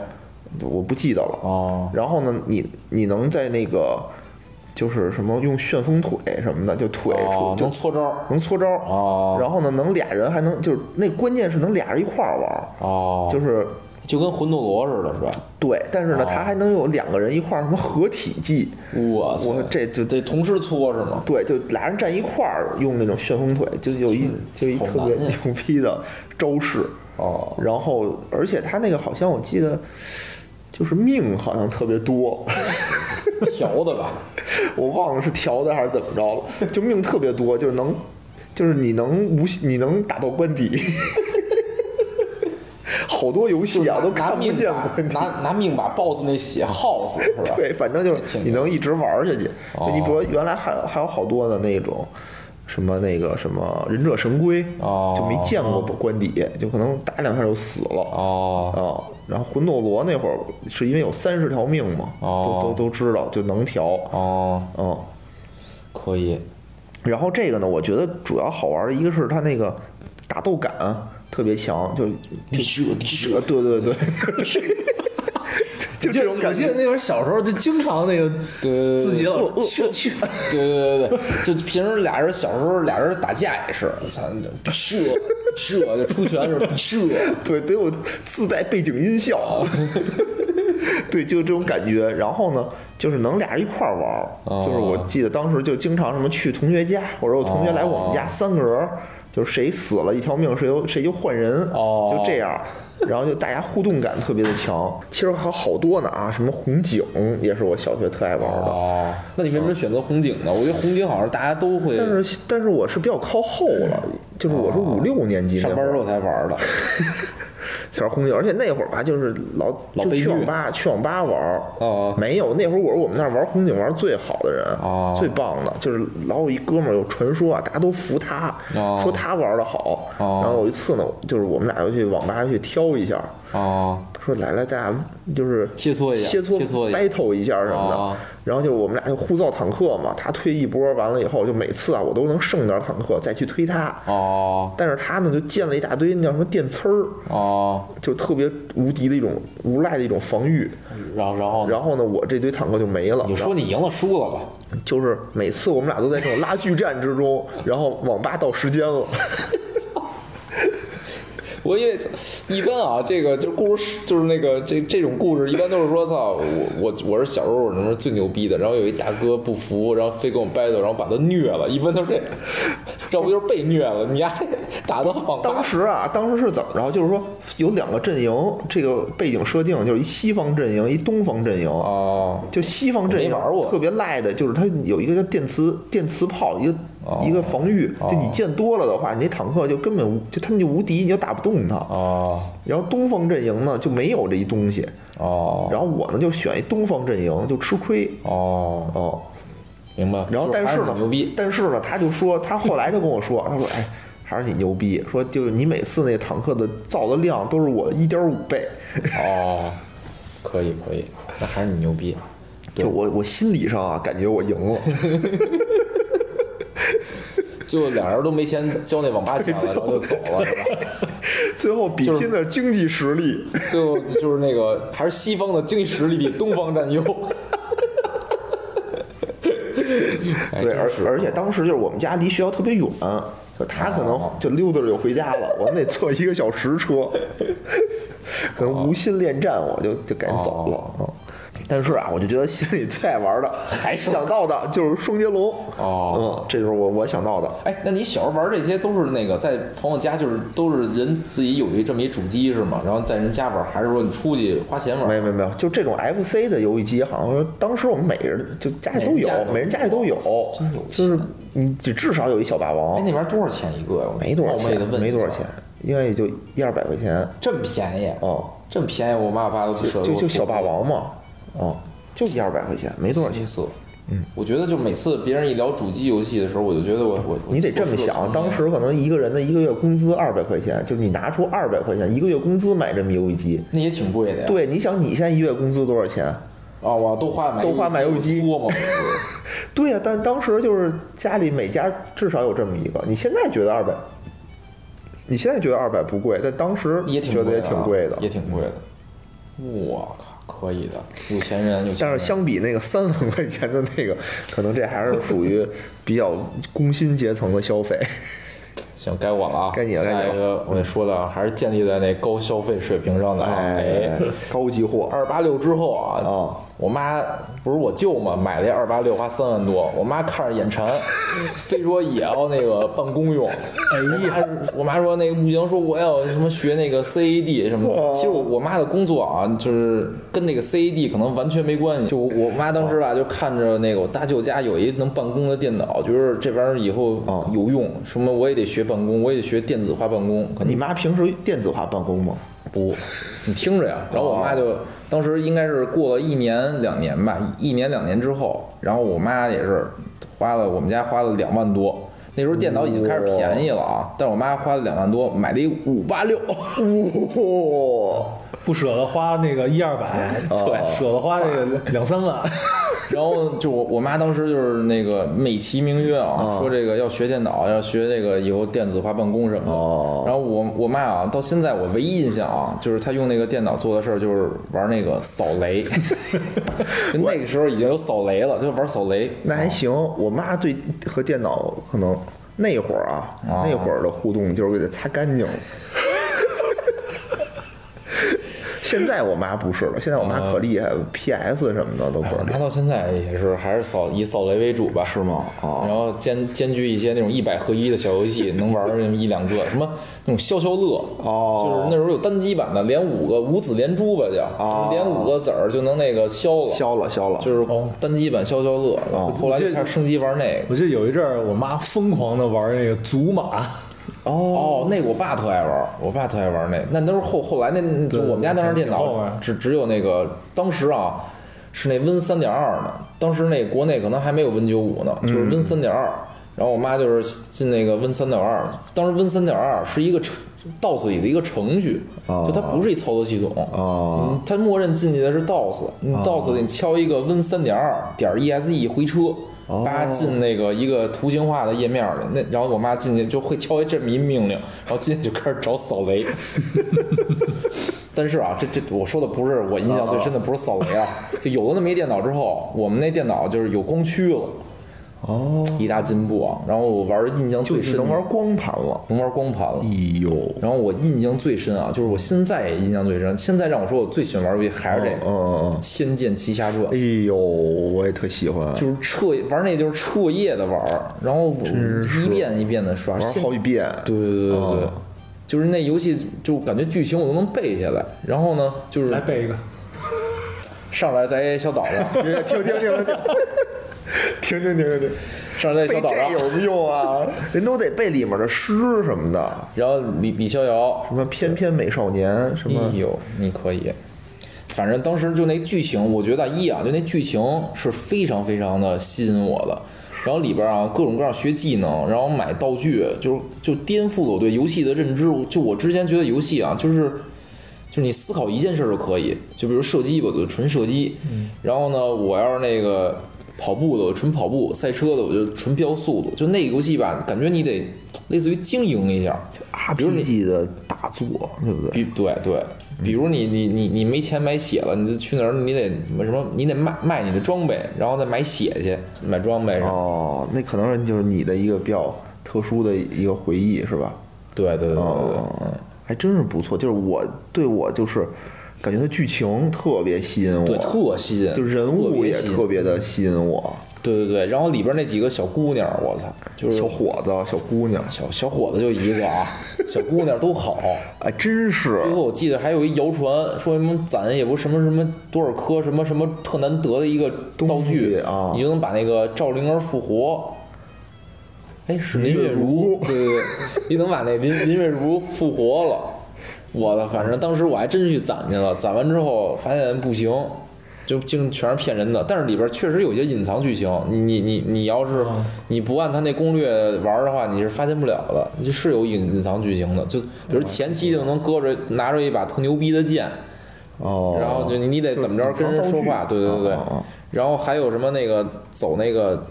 Speaker 1: 我不记得了。
Speaker 2: 哦
Speaker 1: 然后呢，你你能在那个就是什么用旋风腿什么的，就腿出、
Speaker 2: 哦，
Speaker 1: 就
Speaker 2: 能搓招儿
Speaker 1: 能搓招儿。
Speaker 2: 哦
Speaker 1: 然后呢，能俩人还能就是那关键是能俩人一块儿玩儿，
Speaker 2: 哦，
Speaker 1: 就是
Speaker 2: 就跟魂斗罗似的，是吧？
Speaker 1: 对，但是呢，
Speaker 2: 哦
Speaker 1: 他还能有两个人一块儿什么合体技。
Speaker 2: 哇塞，
Speaker 1: 我这就
Speaker 2: 得同时搓是吗？
Speaker 1: 对，就俩人站一块儿，用那种旋风腿，就有一就一
Speaker 2: 嗯好
Speaker 1: 特别
Speaker 2: 难呀
Speaker 1: 牛逼的招式。
Speaker 2: 哦，
Speaker 1: 然后而且他那个好像我记得就是命好像特别多，
Speaker 2: 调的吧？
Speaker 1: 我忘了是调的还是怎么着了，就命特别多，就是能就是你能无你能打到官邸。 好多游戏啊，都
Speaker 2: 拿
Speaker 1: 看不
Speaker 2: 命
Speaker 1: 见
Speaker 2: 把
Speaker 1: 官邸。
Speaker 2: 拿拿命把 BOSS 那血耗死是吧？
Speaker 1: 对，反正就是你能一直玩儿下去。就你比如
Speaker 2: 哦
Speaker 1: 原来还有还有好多的那种。什么那个什么忍者神龟
Speaker 2: 哦
Speaker 1: 就没见过关底，就可能打两下就死了
Speaker 2: 哦
Speaker 1: 啊。然后魂斗罗那会儿是因为有三十条命嘛，
Speaker 2: 哦
Speaker 1: 都都都知道就能调，
Speaker 2: 哦，
Speaker 1: 嗯。
Speaker 2: 可以，
Speaker 1: 然后这个呢，我觉得主要好玩的一个是它那个打斗感特别强，就
Speaker 2: 你是你是
Speaker 1: 呃对对对， 就这种
Speaker 3: 我
Speaker 1: 感
Speaker 3: 记
Speaker 1: 觉
Speaker 3: 得那会儿小时候就经常那个
Speaker 2: 对
Speaker 3: 自己老
Speaker 1: 我
Speaker 3: 去去，
Speaker 2: 对对对对，就平时俩人小时候俩人打架也是，我操，你射射就出拳的时候射，
Speaker 1: 对，得有自带背景音效。 对，就这种感觉。然后呢，就是能俩人一块儿玩
Speaker 2: 哦哦
Speaker 1: 儿。就是我记得当时就经常什么去同学家，或者有同学来我们家，三个人儿就是谁死了一条命，谁就谁就换人，
Speaker 2: 哦
Speaker 1: 就这样。然后就大家互动感特别的强，其实还有好多呢啊，什么红警也是我小学特爱玩的，
Speaker 2: 哦， 那你为什么选择红警呢？我觉得红警好像大家都会，
Speaker 1: 但是但是我是比较靠后了，就是我是五六年级那
Speaker 2: 哦上
Speaker 1: 会
Speaker 2: 班
Speaker 1: 儿
Speaker 2: 时候才玩的。
Speaker 1: 才玩红警，而且那会儿吧，就是老
Speaker 2: 老
Speaker 1: 就
Speaker 2: 被
Speaker 1: 去
Speaker 2: 虐
Speaker 1: 网吧去网吧玩儿，
Speaker 2: 哦
Speaker 1: 没有那会儿我是我们那儿玩红警玩最好的人，
Speaker 2: 哦
Speaker 1: 最棒的，就是老有一哥们儿有传说啊，大家都服他，
Speaker 2: 哦
Speaker 1: 说他玩的好，
Speaker 2: 哦
Speaker 1: 然后有一次呢，就是我们俩又去网吧去挑一下，
Speaker 2: 哦，
Speaker 1: 说来来，咱俩就是
Speaker 2: 切磋一下
Speaker 1: 切
Speaker 2: 切磋一下
Speaker 1: battle 一下什么的。
Speaker 2: 哦
Speaker 1: 然后就我们俩就互造坦克嘛，他推一波，完了以后就每次啊，我都能剩点坦克再去推他。
Speaker 2: 哦，
Speaker 1: 但是他呢，就建了一大堆那叫什么电刺儿，
Speaker 2: 哦，
Speaker 1: 就特别无敌的一种无赖的一种防御。
Speaker 2: 然后然后呢
Speaker 1: 然后呢，我这堆坦克就没了。
Speaker 2: 你说你赢了输了吧？
Speaker 1: 然后就是每次我们俩都在这种拉锯战之中， 然后网吧到时间了，
Speaker 2: 我也一般啊，这个就是故事，就是那个这这种故事，一般都是说操，我我我是小时候我什么最牛逼的，然后有一大哥不服，然后非跟我 battle，然后把他虐了，一般都是这样，要不就是被虐了，你丫打到网
Speaker 1: 当
Speaker 2: 吧，
Speaker 1: 时啊， 当时是怎么着？就是说有两个阵营，这个背景设定就是一西方阵营，一东方阵营。
Speaker 2: 哦
Speaker 1: 就西方阵营
Speaker 2: 没玩过
Speaker 1: 特别赖的，就是它有一个叫电磁电磁炮，一个、
Speaker 2: 哦
Speaker 1: 一个防御。就你见多了的话，你那坦克就根本无就他们就无敌，你就打不动它。
Speaker 2: 哦
Speaker 1: 然后东方阵营呢就没有这一东西，
Speaker 2: 哦
Speaker 1: 然后我呢就选一东方阵营，就吃亏
Speaker 2: 哦，
Speaker 1: 哦。
Speaker 2: 明白。
Speaker 1: 然后但
Speaker 2: 就是是还
Speaker 1: 呢，
Speaker 2: 很牛逼，
Speaker 1: 但是呢，他就说他后来就跟我说，他说哎，还是你牛逼，说就是你每次那坦克的造的量都是我一点五倍，
Speaker 2: 哦，可以可以，那还是你牛逼。对
Speaker 1: 就我我心理上啊感觉我赢 了。
Speaker 2: 最后俩人都没钱交那网吧钱了，然后就走了，是吧？
Speaker 1: 最后比
Speaker 2: 就是
Speaker 1: 拼的经济实力，
Speaker 2: 最后就是那个还是西方的经济实力比东方占优。哎
Speaker 1: 对，
Speaker 2: 真
Speaker 1: 而
Speaker 2: 是
Speaker 1: 而且当时就是我们家离学校特别远，就他可
Speaker 2: 哦
Speaker 1: 能就溜达着就回家了，我们得坐一个小时车， 可能无心恋战，我就就赶紧走
Speaker 2: 哦
Speaker 1: 了。嗯但是啊，我就觉得心里最爱玩的，
Speaker 2: 还是
Speaker 1: 想到的就是双截龙。
Speaker 2: 哦
Speaker 1: 嗯，这就是我我想到的。
Speaker 2: 哎，那你小时候玩这些都是那个在朋友家，就是都是人自己有一这么一主机是吗？然后在人家玩，还是说你出去花钱玩？
Speaker 1: 没有没有没有，就这种 FC 的游戏机，好像说当时我们每人就家里都
Speaker 2: 每人
Speaker 1: 有
Speaker 2: 家里，都
Speaker 1: 每人家里都有
Speaker 2: 有，真有钱
Speaker 1: 就是你只至少有一小霸
Speaker 2: 哎，
Speaker 1: 王，
Speaker 2: 那玩意儿多少钱一个呀？我
Speaker 1: 没多少
Speaker 2: 冒昧地
Speaker 1: 钱，
Speaker 2: 问一
Speaker 1: 没多少
Speaker 2: 下
Speaker 1: 钱，，应该也就一二百块钱。
Speaker 2: 这么便宜？
Speaker 1: 哦，
Speaker 2: 这么便宜，我妈我爸都不舍得
Speaker 1: 就
Speaker 2: 给我
Speaker 1: 就
Speaker 2: 吐
Speaker 1: 小霸
Speaker 2: 槽
Speaker 1: 王嘛，哦，就一二百块钱，没多少钱
Speaker 2: 七。色。嗯，我觉得就每次别人一聊主机游戏的时候，我就觉得我我我
Speaker 1: 你得这
Speaker 2: 我
Speaker 1: 么
Speaker 2: 是个
Speaker 1: 想，
Speaker 2: 成年
Speaker 1: 当时可能一个人的一个月工资二百块钱，就是你拿出二百块钱一个月工资买这么游戏机。
Speaker 2: 那也挺贵的呀。
Speaker 1: 对，你想你现在一月工资多少钱？
Speaker 2: 啊，我都花买
Speaker 1: 都花买游戏机
Speaker 2: 作嘛，
Speaker 1: 对呀、但当时就是家里每家至少有这么一个。你现在觉得二百，你现在觉得二百不贵，但当时
Speaker 2: 也挺
Speaker 1: 觉得也
Speaker 2: 的啊
Speaker 1: 挺贵的
Speaker 2: 也。挺贵的。我靠，可以的，有钱人有钱
Speaker 1: 但
Speaker 2: 人。
Speaker 1: 是相比那个三万块钱的那个，可能这还是属于比较工薪阶层的 消费。
Speaker 2: 行，该我了啊，
Speaker 1: 该你了
Speaker 2: 下
Speaker 1: 该
Speaker 2: 一
Speaker 1: 你
Speaker 2: 个我得说的啊还是建立在那高消费水平上的啊。
Speaker 1: 哎，高级 货。
Speaker 2: 二八六之后啊，
Speaker 1: 啊
Speaker 2: 我妈不是我舅嘛，买了二八六花三万多，我妈看着眼馋，非说也要那个办公用。哎呀，我妈说那个不行，说我要什么学那个 CAD 什么的。其实我我妈的工作啊，就是跟那个 CAD 可能完全没关系。就我我妈当时啊吧，就看着那个我大舅家有一能办公的电脑，觉得这玩意儿以后
Speaker 1: 哦
Speaker 2: 有用，什么我也得学办公，我也得学电子化办公，可能
Speaker 1: 你妈平时电子化办公吗？
Speaker 2: 不，你听着呀。然后我妈就当时应该是过了一年两年吧，一年两年之后，然后我妈也是花了我们家花了两万多，那时候电脑已经开始便宜了啊，但是我妈花了两万多买了一五八六，
Speaker 1: 哦，
Speaker 3: 不舍得花那个一二百，
Speaker 2: 哦
Speaker 3: 对，舍得花这个两三万。
Speaker 2: 然后就我我妈当时就是那个美其名曰啊，说这个要学电脑，要学这个以后电子化办公什么
Speaker 1: 哦
Speaker 2: 的。然后我我妈啊，到现在我唯一印象啊，就是她用那个电脑做的事儿就是玩那个扫雷，就那个时候已经有扫雷了，就玩扫雷。
Speaker 1: 那还行。我妈对和电脑可能那会儿啊，
Speaker 2: 哦
Speaker 1: 那会儿的互动就是为了擦干净。现在我妈不是了，现在我妈可厉
Speaker 2: 哦
Speaker 1: 害了，PS 什么的都可
Speaker 2: 我
Speaker 1: 厉
Speaker 2: 妈
Speaker 1: 害。
Speaker 2: 到现在也是还是扫以扫雷为主吧， 是吗？
Speaker 1: 哦
Speaker 2: 然后兼兼具一些那种一百合一的小游戏，能玩儿那么一两个，什么那种消消乐，
Speaker 1: 哦
Speaker 2: 就是那时候有单机版的，连五个五子连珠吧叫，
Speaker 1: 哦
Speaker 2: 连五个子儿就能那个消了，
Speaker 1: 消哦了消了，
Speaker 2: 就是
Speaker 3: 哦
Speaker 2: 单机版消消乐。后来就开始升级玩那个。
Speaker 3: 我记得有一阵儿，我妈疯狂的玩那个祖玛，
Speaker 2: 哦，那个我爸特爱玩儿，我爸特爱玩儿那，那都是后后来那那就我们家当时电
Speaker 3: 挺挺后
Speaker 2: 脑
Speaker 3: 面
Speaker 2: 只只有那个当时啊是那 Win 三点二呢，当时那国内可能还没有 Win 九五呢，就是 Win 三点二，然后我妈就是进那个 Win 三点二，当时 Win 三点二是一个程 DOS 里的一个程序，就它不是一操作系统，
Speaker 1: 哦
Speaker 2: 你它默认进去的是 DOS，你 DOS 你敲一个 Win 三点二点 ESE E 回车。叭进那个一个图形化的页面里，那然后我妈进去就会敲一这么一命令，然后进去就开始找扫雷。但是啊，这这我说的不是我印象最深的，不是扫雷 啊，就有了那么一电脑之后，我们那电脑就是有光驱了，哦，一大进步啊。然后我玩儿印象
Speaker 1: 嗯
Speaker 2: 最
Speaker 1: 就是
Speaker 2: 深的
Speaker 1: 能玩光盘了。
Speaker 2: 能玩光盘了。
Speaker 1: 哎呦，
Speaker 2: 然后我印象最深啊，就是我现在也印象最深。啊现在让我说我最喜欢玩儿游戏还是这个
Speaker 1: 嗯嗯
Speaker 2: 《仙剑奇侠传》
Speaker 1: 哎呦，我也特喜欢，
Speaker 2: 就是彻夜玩儿那就是彻夜的玩儿，然后我一遍一遍的刷，
Speaker 1: 玩
Speaker 2: 现
Speaker 1: 好几哦遍。
Speaker 2: 对对对对对，就是那游戏就感觉剧情我都能背下来，然后呢就是
Speaker 3: 来背一个。
Speaker 2: 上来在小岛上，
Speaker 1: 别 停停停停停。停停停停停！
Speaker 2: 上来在小
Speaker 1: 背
Speaker 2: 岛
Speaker 1: 这
Speaker 2: 上，
Speaker 1: 有什么用啊？ 人都得背里面的诗什么的，
Speaker 2: 然后李李逍遥，
Speaker 1: 什么翩翩美少年，什么
Speaker 2: 哎呦，你可以。反正当时就那剧情，我觉得一啊，就那剧情是非常非常的吸引我的。然后里边啊，各种各样学技能，然后买道具，就是就颠覆了我对游戏的认知。就我之前觉得游戏啊，就是就是你思考一件事儿就可以，就比如射击吧，我就纯射击。
Speaker 1: 嗯
Speaker 2: 然后呢，我要是那个跑步的，我纯跑步；赛车的，我就纯飙速度。就那个游戏吧，感觉你得类似于经营一下，比如你
Speaker 1: RPG 的大作，对不对？
Speaker 2: 比对对，比如你你你你没钱买血了，你就去哪儿你得什么，你得卖卖你的装备，然后再买血去买装备上。
Speaker 1: 哦，那可能是就是你的一个比较特殊的一个回忆，是吧？
Speaker 2: 对对对对对，
Speaker 1: 哦，还真是不错。就是我对我就是感觉它剧情特别吸引我，
Speaker 2: 对特吸引，
Speaker 1: 就人
Speaker 2: 特
Speaker 1: 物
Speaker 2: 别
Speaker 1: 也
Speaker 2: 吸引
Speaker 1: 特别的吸引我。
Speaker 2: 对对对，然后里边那几个小姑娘，我操，就是
Speaker 1: 小伙子、小姑娘，
Speaker 2: 小小伙子就一个啊，小姑娘都好。
Speaker 1: 哎，真是
Speaker 2: 最后我记得还有一谣传，说什么攒也不什么什么多少颗什么什么特难得的一个道
Speaker 1: 东西
Speaker 2: 具
Speaker 1: 啊
Speaker 2: 你就能把那个赵灵儿复活。哎，是林月如，对对对， 你能把那林林月如复活了。我的，反正当时我还真去攒去了，攒完之后发现不行，就竟全是骗人的。但是里边确实有些隐藏剧情，你你你你要是你不按他那攻略玩的话，你是发现不了的，就是有隐隐藏剧情的。就比如前期就能搁着拿着一把特牛逼的剑，
Speaker 1: 哦，
Speaker 2: 然后就你你得怎么着跟人说话，对对对对
Speaker 1: 哦哦哦。
Speaker 2: 然后还有什么那个走那个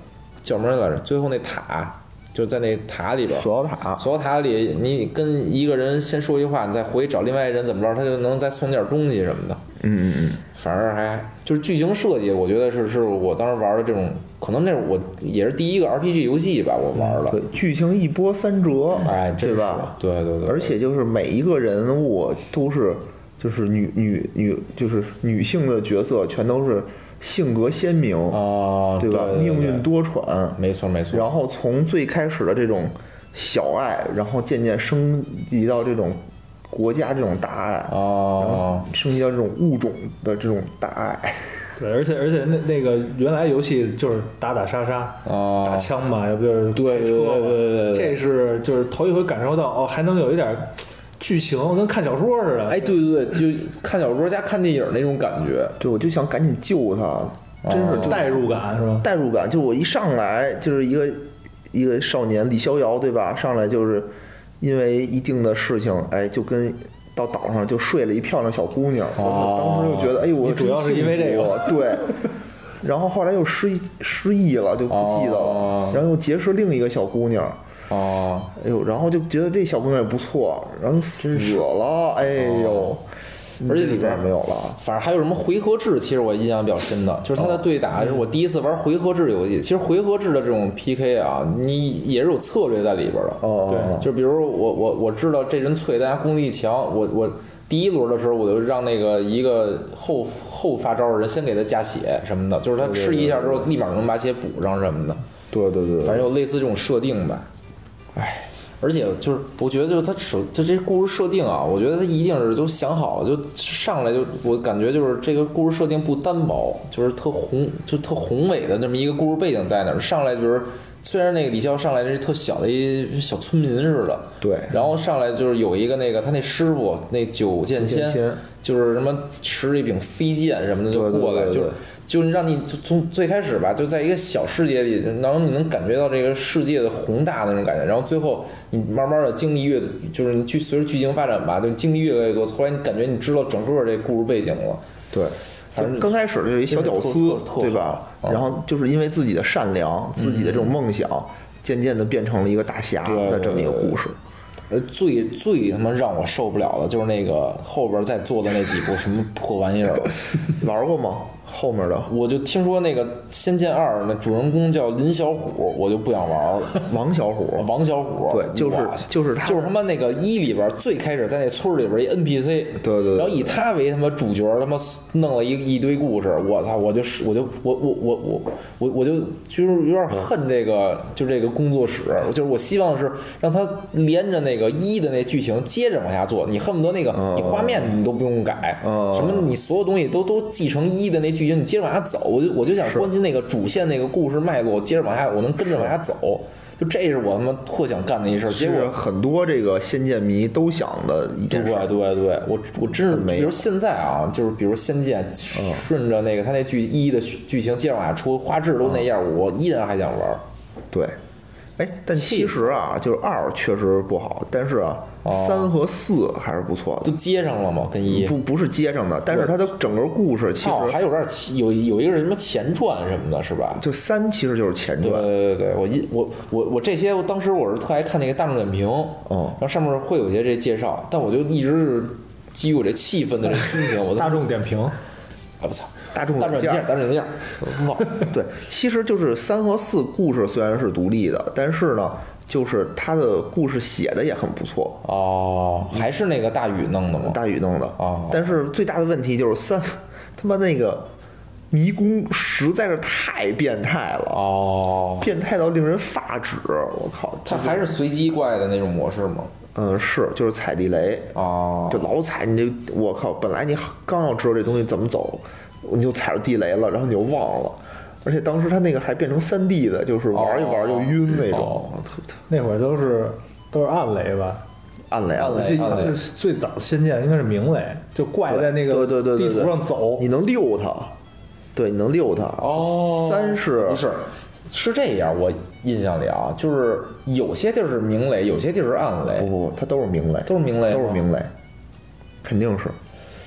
Speaker 2: 叫什么来着？最后那塔就在那塔里边儿，
Speaker 1: 索要塔，
Speaker 2: 索要塔里你跟一个人先说一句话，你再回去找另外一人怎么着，他就能再送点东西什么的。
Speaker 1: 嗯嗯嗯，
Speaker 2: 反正还就是剧情设计，我觉得是是我当时玩的这种，可能那是我也是第一个 RPG 游戏吧，我玩的
Speaker 1: 对。，剧情一波三折，
Speaker 2: 哎，真
Speaker 1: 对
Speaker 2: 是
Speaker 1: 吧？？
Speaker 2: 对对对，
Speaker 1: 而且就是每一个人物都是，就是女女女，就是女性的角色，全都是性格鲜明，
Speaker 2: 啊，
Speaker 1: 对吧？
Speaker 2: 对
Speaker 1: 命运，多舛。
Speaker 2: 没错没错。
Speaker 1: 然后从最开始的这种小爱，然后渐渐升级到这种国家这种大爱，
Speaker 2: 哦，
Speaker 1: 升级到这种物种的这种大爱。
Speaker 3: 对，而且而且那那个原来游戏就是打打杀杀，
Speaker 2: 哦
Speaker 3: 打枪嘛，要不就是
Speaker 2: 对对
Speaker 3: 开车嘛
Speaker 2: 对对对对
Speaker 3: 这是就是头一回感受到哦，还能有一点儿剧情，跟看小说似的。
Speaker 2: 哎，，对对对，就看小说加看电影那种感觉。
Speaker 1: 对，我就想赶紧救他，真是就
Speaker 3: 代入感是吧？
Speaker 1: 代入感，就是我一上来就是一个一个少年李逍遥，对吧？上来就是因为一定的事情，哎，就跟到岛上就睡了一漂亮小姑娘，我当时就觉得，哎呦，我
Speaker 3: 哦你主要是
Speaker 1: 真幸
Speaker 3: 因为这个
Speaker 1: 福啊对。然后后来又失忆失忆了，就不记得了。
Speaker 2: 哦
Speaker 1: 然后又结识另一个小姑娘，
Speaker 2: 哦，
Speaker 3: 哦
Speaker 1: 哎呦，然后就觉得这小姑娘也不错，然后死了，哎呦，
Speaker 2: 而且里
Speaker 1: 再
Speaker 2: 边
Speaker 1: 也没有了。啊
Speaker 2: 反正还有什么回合制，其实我印象比较深的，就是
Speaker 1: 哦
Speaker 2: 他的对打，就是我第一次玩回合制游戏。其实回合制的这种 PK 啊，你也是有策略在里边的。
Speaker 1: 哦
Speaker 2: 对，就比如我我我知道这人脆，但他功力强，我我第一轮的时候我就让那个一个后后发招的人先给他加血什么的，就是他吃一下之后立马能把血补上什么的。
Speaker 1: 对对对，
Speaker 2: 反正有类似这种设定吧。
Speaker 1: 哎
Speaker 2: 唉，而且就是我觉得就是他首就这故事设定啊，我觉得他一定是都想好了，就上来就我感觉就是这个故事设定不单薄，就是特宏就特宏伟的这么一个故事背景在那儿，上来就是。虽然那个李潇上来是特小的一小村民似的，
Speaker 1: 对
Speaker 2: 然后上来就是有一个那个他那师傅那九剑仙
Speaker 1: 剑仙
Speaker 2: 就是什么持着一柄飞剑什么的就
Speaker 1: 对对
Speaker 2: 过来，
Speaker 1: 对
Speaker 2: 就
Speaker 1: 对
Speaker 2: 是就是让你就从最开始吧，就在一个小世界里，然后你能感觉到这个世界的宏大的那种感觉，然后最后你慢慢的经历越，就是你剧随着剧情发展吧，就经历越来越多，后来你感觉你知道整个这故事背景了，
Speaker 1: 对，
Speaker 2: 反正
Speaker 1: 就刚开始就是一小屌
Speaker 2: 特
Speaker 1: 丝
Speaker 2: 特特好，啊
Speaker 1: 对吧？然后就是因为自己的善良，自己的这种梦想，渐渐的变成了一个大侠
Speaker 2: 嗯对啊
Speaker 1: 的这么一个故事。
Speaker 2: 而呃最最他妈让我受不了的就是那个后边再做的那几部什么破玩意儿了。
Speaker 1: 玩过吗？后面 的
Speaker 2: 我就听说那个《仙剑二》那主人公叫林小虎，我就不想玩了。
Speaker 1: 王小虎，
Speaker 2: 呃王小虎，
Speaker 1: 对就是
Speaker 2: 哇
Speaker 1: 就是他
Speaker 2: 就是他妈那个一里边最开始在那村里边一 NPC，
Speaker 1: 对对对
Speaker 2: 然后以他为他妈主角，他妈弄了一一堆故事，我操，我就是我就我我我我我我就就是有点恨这个就这个工作室，就是我希望是让他连着那个一的那剧情接着往下做，你恨不得那个你画面你都不用改，
Speaker 1: 嗯
Speaker 2: 什么你所有东西都都继承一的那剧情，你接着往下走，我就我就想关心那个主线那个故事脉络，我接着往下我能跟着往下走。就这是我他妈特想干的一事儿，结果
Speaker 1: 是啊很多这个仙剑迷都想的一件事。
Speaker 2: 对对对，我我真是，
Speaker 1: 很美
Speaker 2: 比如现在啊，就是比如《仙剑》，顺着那个他那剧一的剧情接着往下出，画质都那样，我依然还想玩儿。
Speaker 1: 对，哎，但其实啊，就是二确实不好，但是啊，
Speaker 2: 哦
Speaker 1: 三和四还是不错
Speaker 2: 都
Speaker 1: 的。
Speaker 2: 接上了嘛，跟一。哦
Speaker 1: 不不是接上的，但是它的整个故事其实
Speaker 2: 哦，还有点儿前有有一个是什么前传什么的，是吧？
Speaker 1: 就三其实就是前
Speaker 2: 对
Speaker 1: 传，
Speaker 2: 对对对，我一我我我这些，我当时我是特爱看那个大众点评，
Speaker 1: 嗯
Speaker 2: 然后上面会有一些这介绍，但我就一直是基于我这气氛的这心情，我都
Speaker 3: 大众点评，
Speaker 2: 哎我操，
Speaker 1: 大众
Speaker 2: 大
Speaker 1: 软
Speaker 2: 软
Speaker 1: 件
Speaker 2: 件
Speaker 1: 儿
Speaker 2: 儿，大软件儿，忘了。
Speaker 1: 对，其实就是三和四故事虽然是独立的，但是呢，就是他的故事写的也很不错，
Speaker 2: 哦，还是那个大宇弄的吗？
Speaker 1: 大宇弄的
Speaker 2: 哦
Speaker 1: 但是最大的问题就是三，他妈那个迷宫实在是太变态了，
Speaker 2: 哦，
Speaker 1: 变态到令人发指！我靠，
Speaker 2: 它还是随机怪的那种模式吗？
Speaker 1: 嗯是就是踩地雷，
Speaker 2: 哦
Speaker 1: 就老踩你这，我靠！本来你刚要知道这东西怎么走，你就踩着地雷了，然后你就忘了。而且当时他那个还变成三 D 的，就是玩一玩就晕那种，哦特特
Speaker 3: 那会儿都是都是暗雷吧？
Speaker 1: 暗雷啊
Speaker 2: 暗雷
Speaker 3: 这这是最早《仙剑》应该是明雷，就怪在那个
Speaker 1: 对对对对
Speaker 3: 地
Speaker 1: 对
Speaker 3: 图上走
Speaker 1: 你。能溜它，对，你能溜它。
Speaker 2: 哦
Speaker 1: 三是
Speaker 2: 不是，是这样，我印象里啊，就是有些地儿是明雷，有些地儿是暗
Speaker 1: 不
Speaker 2: 雷。
Speaker 1: 不不，它都是明雷，
Speaker 2: 都是明雷
Speaker 1: 都是
Speaker 2: 吗
Speaker 1: 明雷，肯定是。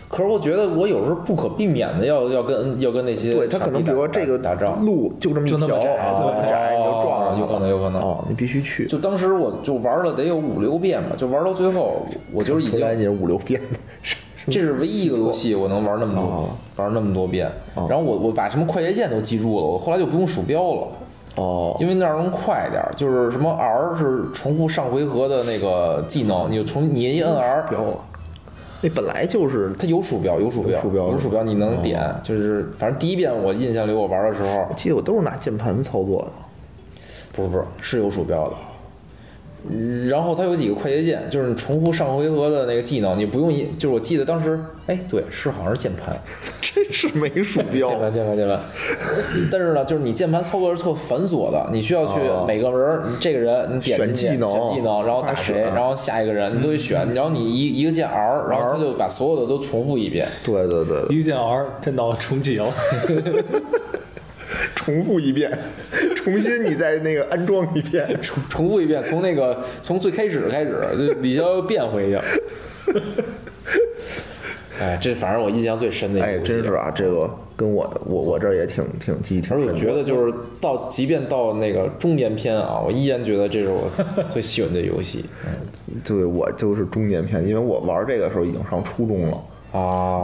Speaker 2: 可是我觉得我有时候不可避免的要要跟要跟那些
Speaker 1: 对，它
Speaker 2: 傻
Speaker 1: 可能
Speaker 2: 逼
Speaker 1: 比如说
Speaker 2: 打
Speaker 1: 这个
Speaker 2: 打打仗，
Speaker 1: 路就这么一
Speaker 3: 就
Speaker 1: 条，
Speaker 3: 那么窄
Speaker 1: 啊
Speaker 3: 对
Speaker 1: 这么窄你就撞上去
Speaker 2: 哦有
Speaker 1: 了，
Speaker 2: 可能有可能
Speaker 1: 啊，你必须去。
Speaker 2: 就当时我就玩了得有五六遍吧，就玩到最后，我就是已
Speaker 1: 回
Speaker 2: 经
Speaker 1: 来你是五六遍的，
Speaker 2: 这是唯一一个游戏我能玩那么多
Speaker 1: 哦，
Speaker 2: 玩那么多遍。
Speaker 1: 啊
Speaker 2: 然后我我把什么快捷键都记住了，我后来就不用鼠标了，
Speaker 1: 哦，
Speaker 2: 因为那样能快一点儿。就是什么 R 是重复上回合的那个技能，你就重你一摁 R，
Speaker 1: 标啊，那本来就是
Speaker 2: 它有鼠标，有鼠标，
Speaker 1: 有鼠标哦
Speaker 2: 有鼠标，你能点。就是反正第一遍我印象里我玩的时候
Speaker 1: 我，记得我都是拿键盘操作的，
Speaker 2: 不是不是是有鼠标的。嗯然后它有几个快捷键，就是你重复上回合的那个技能，你不用一，就是我记得当时，哎，对，是好像是键盘，
Speaker 1: 真是没鼠 标
Speaker 2: 键。盘，键盘，键盘。但是呢，就是你键盘操作是特繁琐的，你需要去每个人儿，你这个人你点
Speaker 1: 哦选
Speaker 2: 进去
Speaker 1: 技能
Speaker 2: 选技能，然后打
Speaker 1: 还
Speaker 2: 谁，
Speaker 1: 选
Speaker 2: 然后下一个人你都得
Speaker 1: 嗯
Speaker 2: 选，然后你一一个键 R，然后他就把所有的都重复一遍。
Speaker 1: 对对对， 对
Speaker 3: 一键 R，这脑子重启了。
Speaker 1: 重复一遍， 重新你再那个安装一遍。
Speaker 2: 重重复一遍，从那个从最开始开始，就李潇变回去。哎，这反正我印象最深的一个
Speaker 1: 哎，
Speaker 2: 游戏
Speaker 1: 真是啊，这个跟我的我我这儿也挺挺记忆挺
Speaker 2: 而
Speaker 1: 深
Speaker 2: 我
Speaker 1: 的。
Speaker 2: 觉得就是到，即便到那个中年篇啊，我依然觉得这是我 最喜欢的游戏。嗯
Speaker 1: 对我就是中年篇，因为我玩这个时候已经上初中了。
Speaker 2: 啊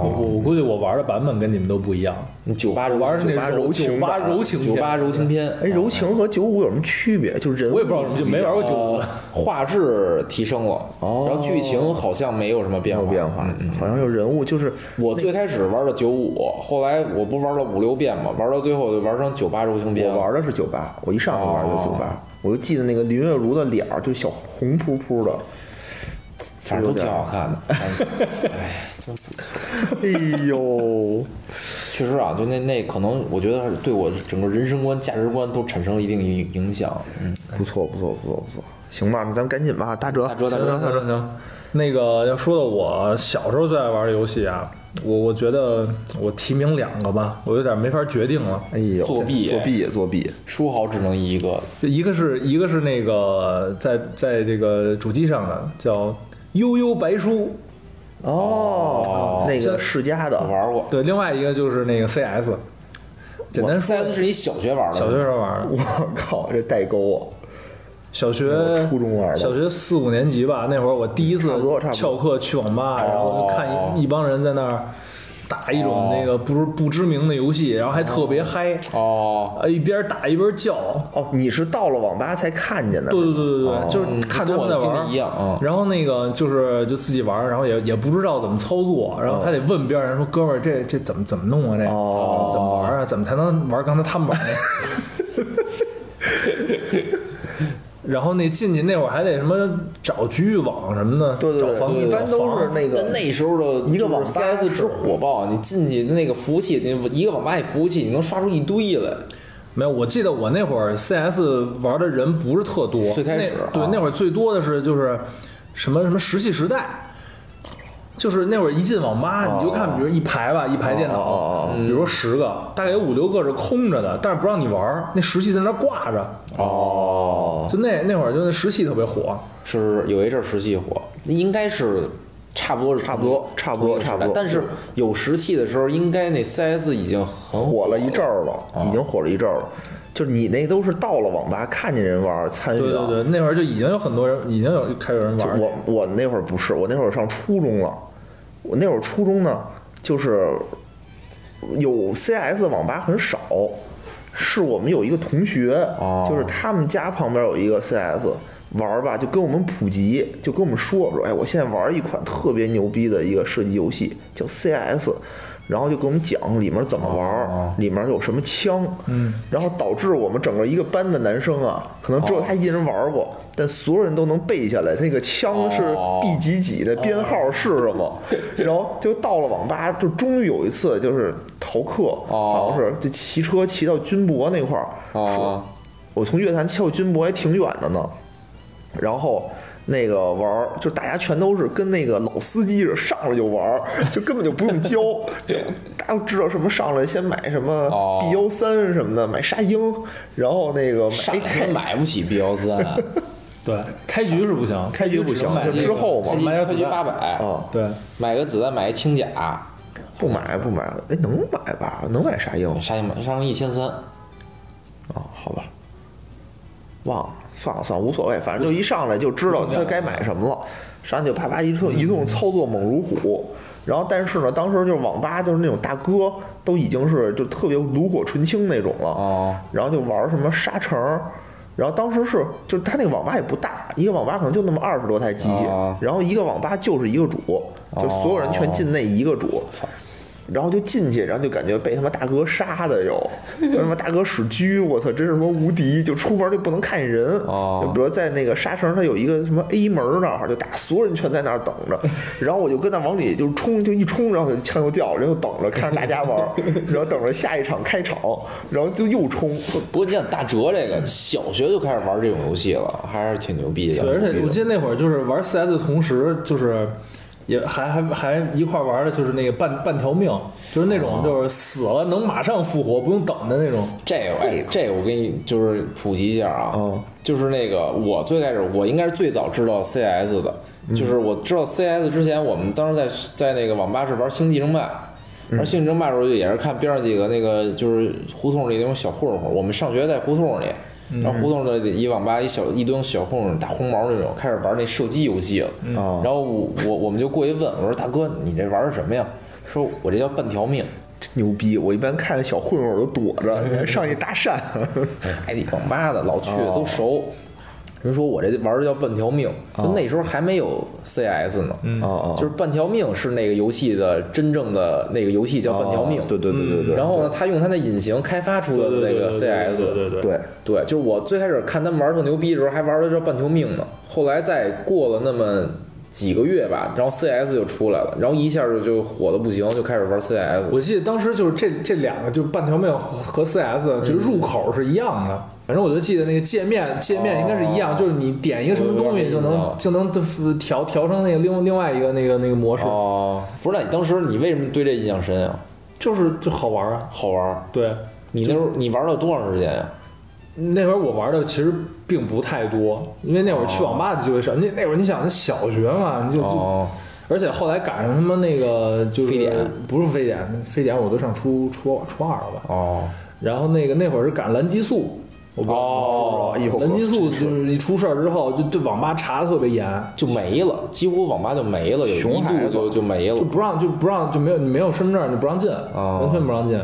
Speaker 1: 哦
Speaker 3: 我，我估计我玩的版本跟你们都不一样，
Speaker 2: 酒吧
Speaker 3: 我
Speaker 2: 柔
Speaker 3: 玩的是
Speaker 1: 酒吧
Speaker 3: 那
Speaker 1: 柔
Speaker 3: 柔
Speaker 1: 情
Speaker 3: 酒吧
Speaker 1: 版
Speaker 3: 柔情
Speaker 2: 酒
Speaker 3: 片
Speaker 2: 吧柔情篇，
Speaker 1: 哎，柔情和九五有什么区别？就是人物
Speaker 3: 我也不知道什么，就没玩过九五
Speaker 2: 呃，画质提升了，
Speaker 1: 哦
Speaker 2: 然后剧情好像没有什么变
Speaker 1: 没有
Speaker 2: 化。
Speaker 1: 变化，好像有人物就是
Speaker 2: 我最开始玩的九五，后来我不玩了五六遍嘛，玩到最后就玩成九八柔情篇
Speaker 1: 我
Speaker 2: 了。
Speaker 1: 玩的是酒吧，我一上来玩的就是酒吧，我就记得那个林月如的脸儿就小红扑扑的，
Speaker 2: 反正都挺好看的。 哎，真不错
Speaker 1: 哎呦，
Speaker 2: 确实啊，就那那可能，我觉得对我整个人生观、价值观都产生了一定影影响。嗯，
Speaker 1: 不错不错不错不错，行吧，那咱们赶紧吧，大哲大
Speaker 2: 哲大哲
Speaker 1: 大哲，
Speaker 3: 行行，那个要说到我小时候最爱玩的游戏啊，我我觉得我提名两个吧，我有点没法决定了。
Speaker 1: 哎呦，
Speaker 2: 作弊
Speaker 1: 作弊作弊，
Speaker 2: 说好只能一个，
Speaker 3: 就一个是一个是那个在在这个主机上的叫《悠悠白书
Speaker 1: 哦，那个
Speaker 3: 像
Speaker 1: 世嘉
Speaker 2: 我
Speaker 1: 的，
Speaker 2: 玩过》，。
Speaker 3: 对，另外一个就是那个 CS。简单说，
Speaker 2: CS 是你小学玩的，
Speaker 3: 小学时候玩的，
Speaker 1: 我靠，这代沟啊！
Speaker 3: 小学
Speaker 1: 我初中玩的
Speaker 3: 小学四五年级吧，那会儿我第一次
Speaker 1: 差不多差不多哦
Speaker 3: 翘课去网吧，然后就看一一帮人在那儿打一种那个不不知名的游戏，然后还特别嗨，
Speaker 2: 哦，
Speaker 3: 啊，一边打一边叫。
Speaker 1: 哦，你是到了网吧才看见的，哦
Speaker 3: 对对对对对，就是看他们在
Speaker 2: 跟我经
Speaker 3: 玩
Speaker 2: 历
Speaker 3: 儿，
Speaker 2: 一样嗯
Speaker 3: 然后那个就是就自己玩儿，然后也也不知道怎么操作，然后还得问边上说：“哥们儿，这这怎么怎么弄啊？这
Speaker 1: 哦
Speaker 3: 怎么玩儿啊？怎么 才能玩儿刚才他们玩儿那？”然后那进去那会儿还得什么找局域网什么的，
Speaker 1: 对对
Speaker 3: 找房
Speaker 1: 对，一般
Speaker 3: 找
Speaker 1: 都
Speaker 3: 房
Speaker 1: 是那个
Speaker 2: 但那时候的
Speaker 1: 一个网吧
Speaker 2: CS 之火爆，你进去那个服务器，那一个网吧里服务器，你能刷出一堆来。
Speaker 3: 没有，我记得我那会儿 CS 玩的人不是特多，
Speaker 2: 最开始
Speaker 3: 那
Speaker 2: 啊
Speaker 3: 对那会儿最多的是就是什么什么石器时代，就是那会儿一进网吧你就看，比如一排吧，一排电脑，嗯
Speaker 1: 哦
Speaker 3: 比如说十个，大概有五六个是空着的，但是不让你玩儿，那石器在那儿挂着，
Speaker 1: 哦，
Speaker 3: 就那那会儿就那石器特别火，
Speaker 2: 是有一阵儿石器火，应该是差不多是差
Speaker 1: 不多差不多差不多
Speaker 2: 但是有石器的时候，应该那 CS 已经很
Speaker 1: 火了一阵儿
Speaker 3: 啊
Speaker 1: 了，已经火了一阵儿了。就是你那都是到了网吧看见人玩儿参与
Speaker 3: 对
Speaker 1: 的，
Speaker 3: 对对，那会儿就已经有很多人已经有开始有人玩儿，
Speaker 1: 我我那会儿不是，我那会儿上初中了，我那会儿初中呢，就是有 CS 的网吧很少，是我们有一个同学，
Speaker 2: 哦
Speaker 1: 就是他们家旁边有一个 CS。玩儿吧，就跟我们普及，就跟我们说说，哎，我现在玩一款特别牛逼的一个射击游戏，叫 CS，然后就给我们讲里面怎么玩儿，
Speaker 2: 哦
Speaker 1: 里面有什么枪，嗯，然后导致我们整个一个班的男生啊，可能只有他一人玩过，但所有人都能背下来那个枪是
Speaker 2: 哦
Speaker 1: B 几几的编号是什么， 然后就到了网吧，就终于有一次就是逃课，好像是就骑车骑到军博那块儿，
Speaker 2: 哦
Speaker 1: 我从乐坛骑到军博还挺远的呢，然后那个玩儿，就大家全都是跟那个老司机似的，上来就玩儿， 就根本就不用教。大家都知道什么上来先买什么
Speaker 2: 哦
Speaker 1: B 幺三什么的，买沙鹰，然后那个买
Speaker 2: 上
Speaker 1: A
Speaker 2: 他
Speaker 1: K，
Speaker 2: 哎买不起 B 幺三，
Speaker 3: 对，开局是不行，
Speaker 1: 开局不行
Speaker 3: 只能买
Speaker 1: 就
Speaker 3: 那个
Speaker 1: 之后嘛
Speaker 2: 开机
Speaker 3: 买点
Speaker 2: 开
Speaker 3: 子
Speaker 2: 机
Speaker 3: 弹
Speaker 2: 八百，
Speaker 1: 啊，
Speaker 3: 对。
Speaker 2: 买个子弹买一轻甲，
Speaker 1: 不买不买，哎，能买吧？能买沙鹰
Speaker 2: 杀进买上一千三，
Speaker 1: 啊？好吧，忘了，算了算了，无所谓，反正就一上来就知道他该买什么了。上去就啪啪一顿一
Speaker 2: 嗯
Speaker 1: 顿操作猛如虎，然后但是呢，当时就是网吧就是那种大哥都已经是就特别炉火纯青那种了
Speaker 2: 哦，
Speaker 1: 然后就玩什么沙城。然后当时是，就是他那个网吧也不大，一个网吧可能就那么二十多台机器，
Speaker 2: 哦
Speaker 1: 然后一个网吧就是一个主，就所有人全进那一个主，然后就进去，然后就感觉被他妈大哥杀的 又，他妈大哥使狙，我操，真是他妈无敌！就出门就不能看见人，
Speaker 2: 哦
Speaker 1: 就比如在那个沙城，它有一个什么 A 门儿那儿，就大所有人全在那儿等 着，然后我就跟那往里就冲，就一冲，然后枪又掉了，然后等着看着大家玩 儿，然后等着下一场开场，然后就又冲，
Speaker 2: 不过你想大哲这个小学就开始玩这种游戏了，还是挺牛逼的。
Speaker 3: 对，而且我记得那会儿就是玩 CS 的同时，就是也还还还一块儿玩的，就是那个半半条命，就是那
Speaker 2: 哦
Speaker 3: 种就是死了能马上复活，不用等的那种。
Speaker 2: 这个，哎，这个我给你就是普及一下啊，就是那个我最开始我应该是最早知道 CS 的，就是我知道 CS 之前，我们当时在在那个网吧是玩星际争霸。玩星际争霸的时候也是看边上几个那个就是胡同里那种小混混，我们上学在胡同里，然后胡同的一网吧一小一堆小混混，大红毛那种，开始玩那射击游戏了。
Speaker 1: 哦
Speaker 2: 然后我我我们就过去问我说：“大哥，你这玩的什么呀？”说：“我这叫半条命。
Speaker 1: 真牛逼！我一般看小混混我都躲 着，上去搭讪。”
Speaker 2: 嗨，你网吧的老去
Speaker 3: 哦
Speaker 2: 都熟。人说我这玩的叫半条命，
Speaker 3: 哦
Speaker 2: 就那时候还没有 CS 呢，
Speaker 3: 嗯
Speaker 1: 哦
Speaker 2: 就是半条命是那个游戏的真正的那个游戏叫半条哦
Speaker 3: 哦
Speaker 2: 命。
Speaker 1: 啊对对对对对。
Speaker 3: 嗯
Speaker 2: 然后呢，他用他那隐形开发出的
Speaker 3: 对
Speaker 2: 那
Speaker 3: 对
Speaker 2: 个 CS，
Speaker 3: 对对对对
Speaker 1: 对，
Speaker 2: 对，就是我最开始看他们玩儿特牛逼的时候，还玩的这半条命呢。后来再过了那么几个月吧，然后 CS 就出来了，然后一下就就火的不行，就开始玩 CS。
Speaker 3: 我记得当时就是这这两个，就是半条命和 CS，
Speaker 2: 嗯
Speaker 3: 就入口是一样的。反正我就记得那个界面，界面应该是一
Speaker 2: 哦
Speaker 3: 样，就是你点一个什么东西就能就能调调成那个另另外一个那个那个模式，
Speaker 2: 哦，不是，那你当时你为什么对这印象深啊？
Speaker 3: 就是就好玩啊。
Speaker 2: 好玩儿？
Speaker 3: 对，
Speaker 2: 你那时候你玩了多长时间呀、
Speaker 3: 那会儿我玩的其实并不太多，因为那会儿去网吧的机会少。那那会儿你想，小学嘛，你就就，
Speaker 2: 哦，
Speaker 3: 而且后来赶上他妈那个就是
Speaker 2: 非典
Speaker 3: 不是非典，非典我都上初初初二了吧。
Speaker 2: 哦，
Speaker 3: 然后那个那会儿是赶蓝激素，我不知道
Speaker 2: 哦
Speaker 1: 哎呦
Speaker 3: 蓝激素就是一出事儿之后，就对网吧查的特别严，
Speaker 2: 就没了，几乎网吧就没了，有一
Speaker 1: 熊孩
Speaker 2: 度
Speaker 1: 子
Speaker 2: 就就没了
Speaker 3: 就。不让就不让就没有你没有身份证你不让进，
Speaker 2: 哦
Speaker 3: 完全不让进。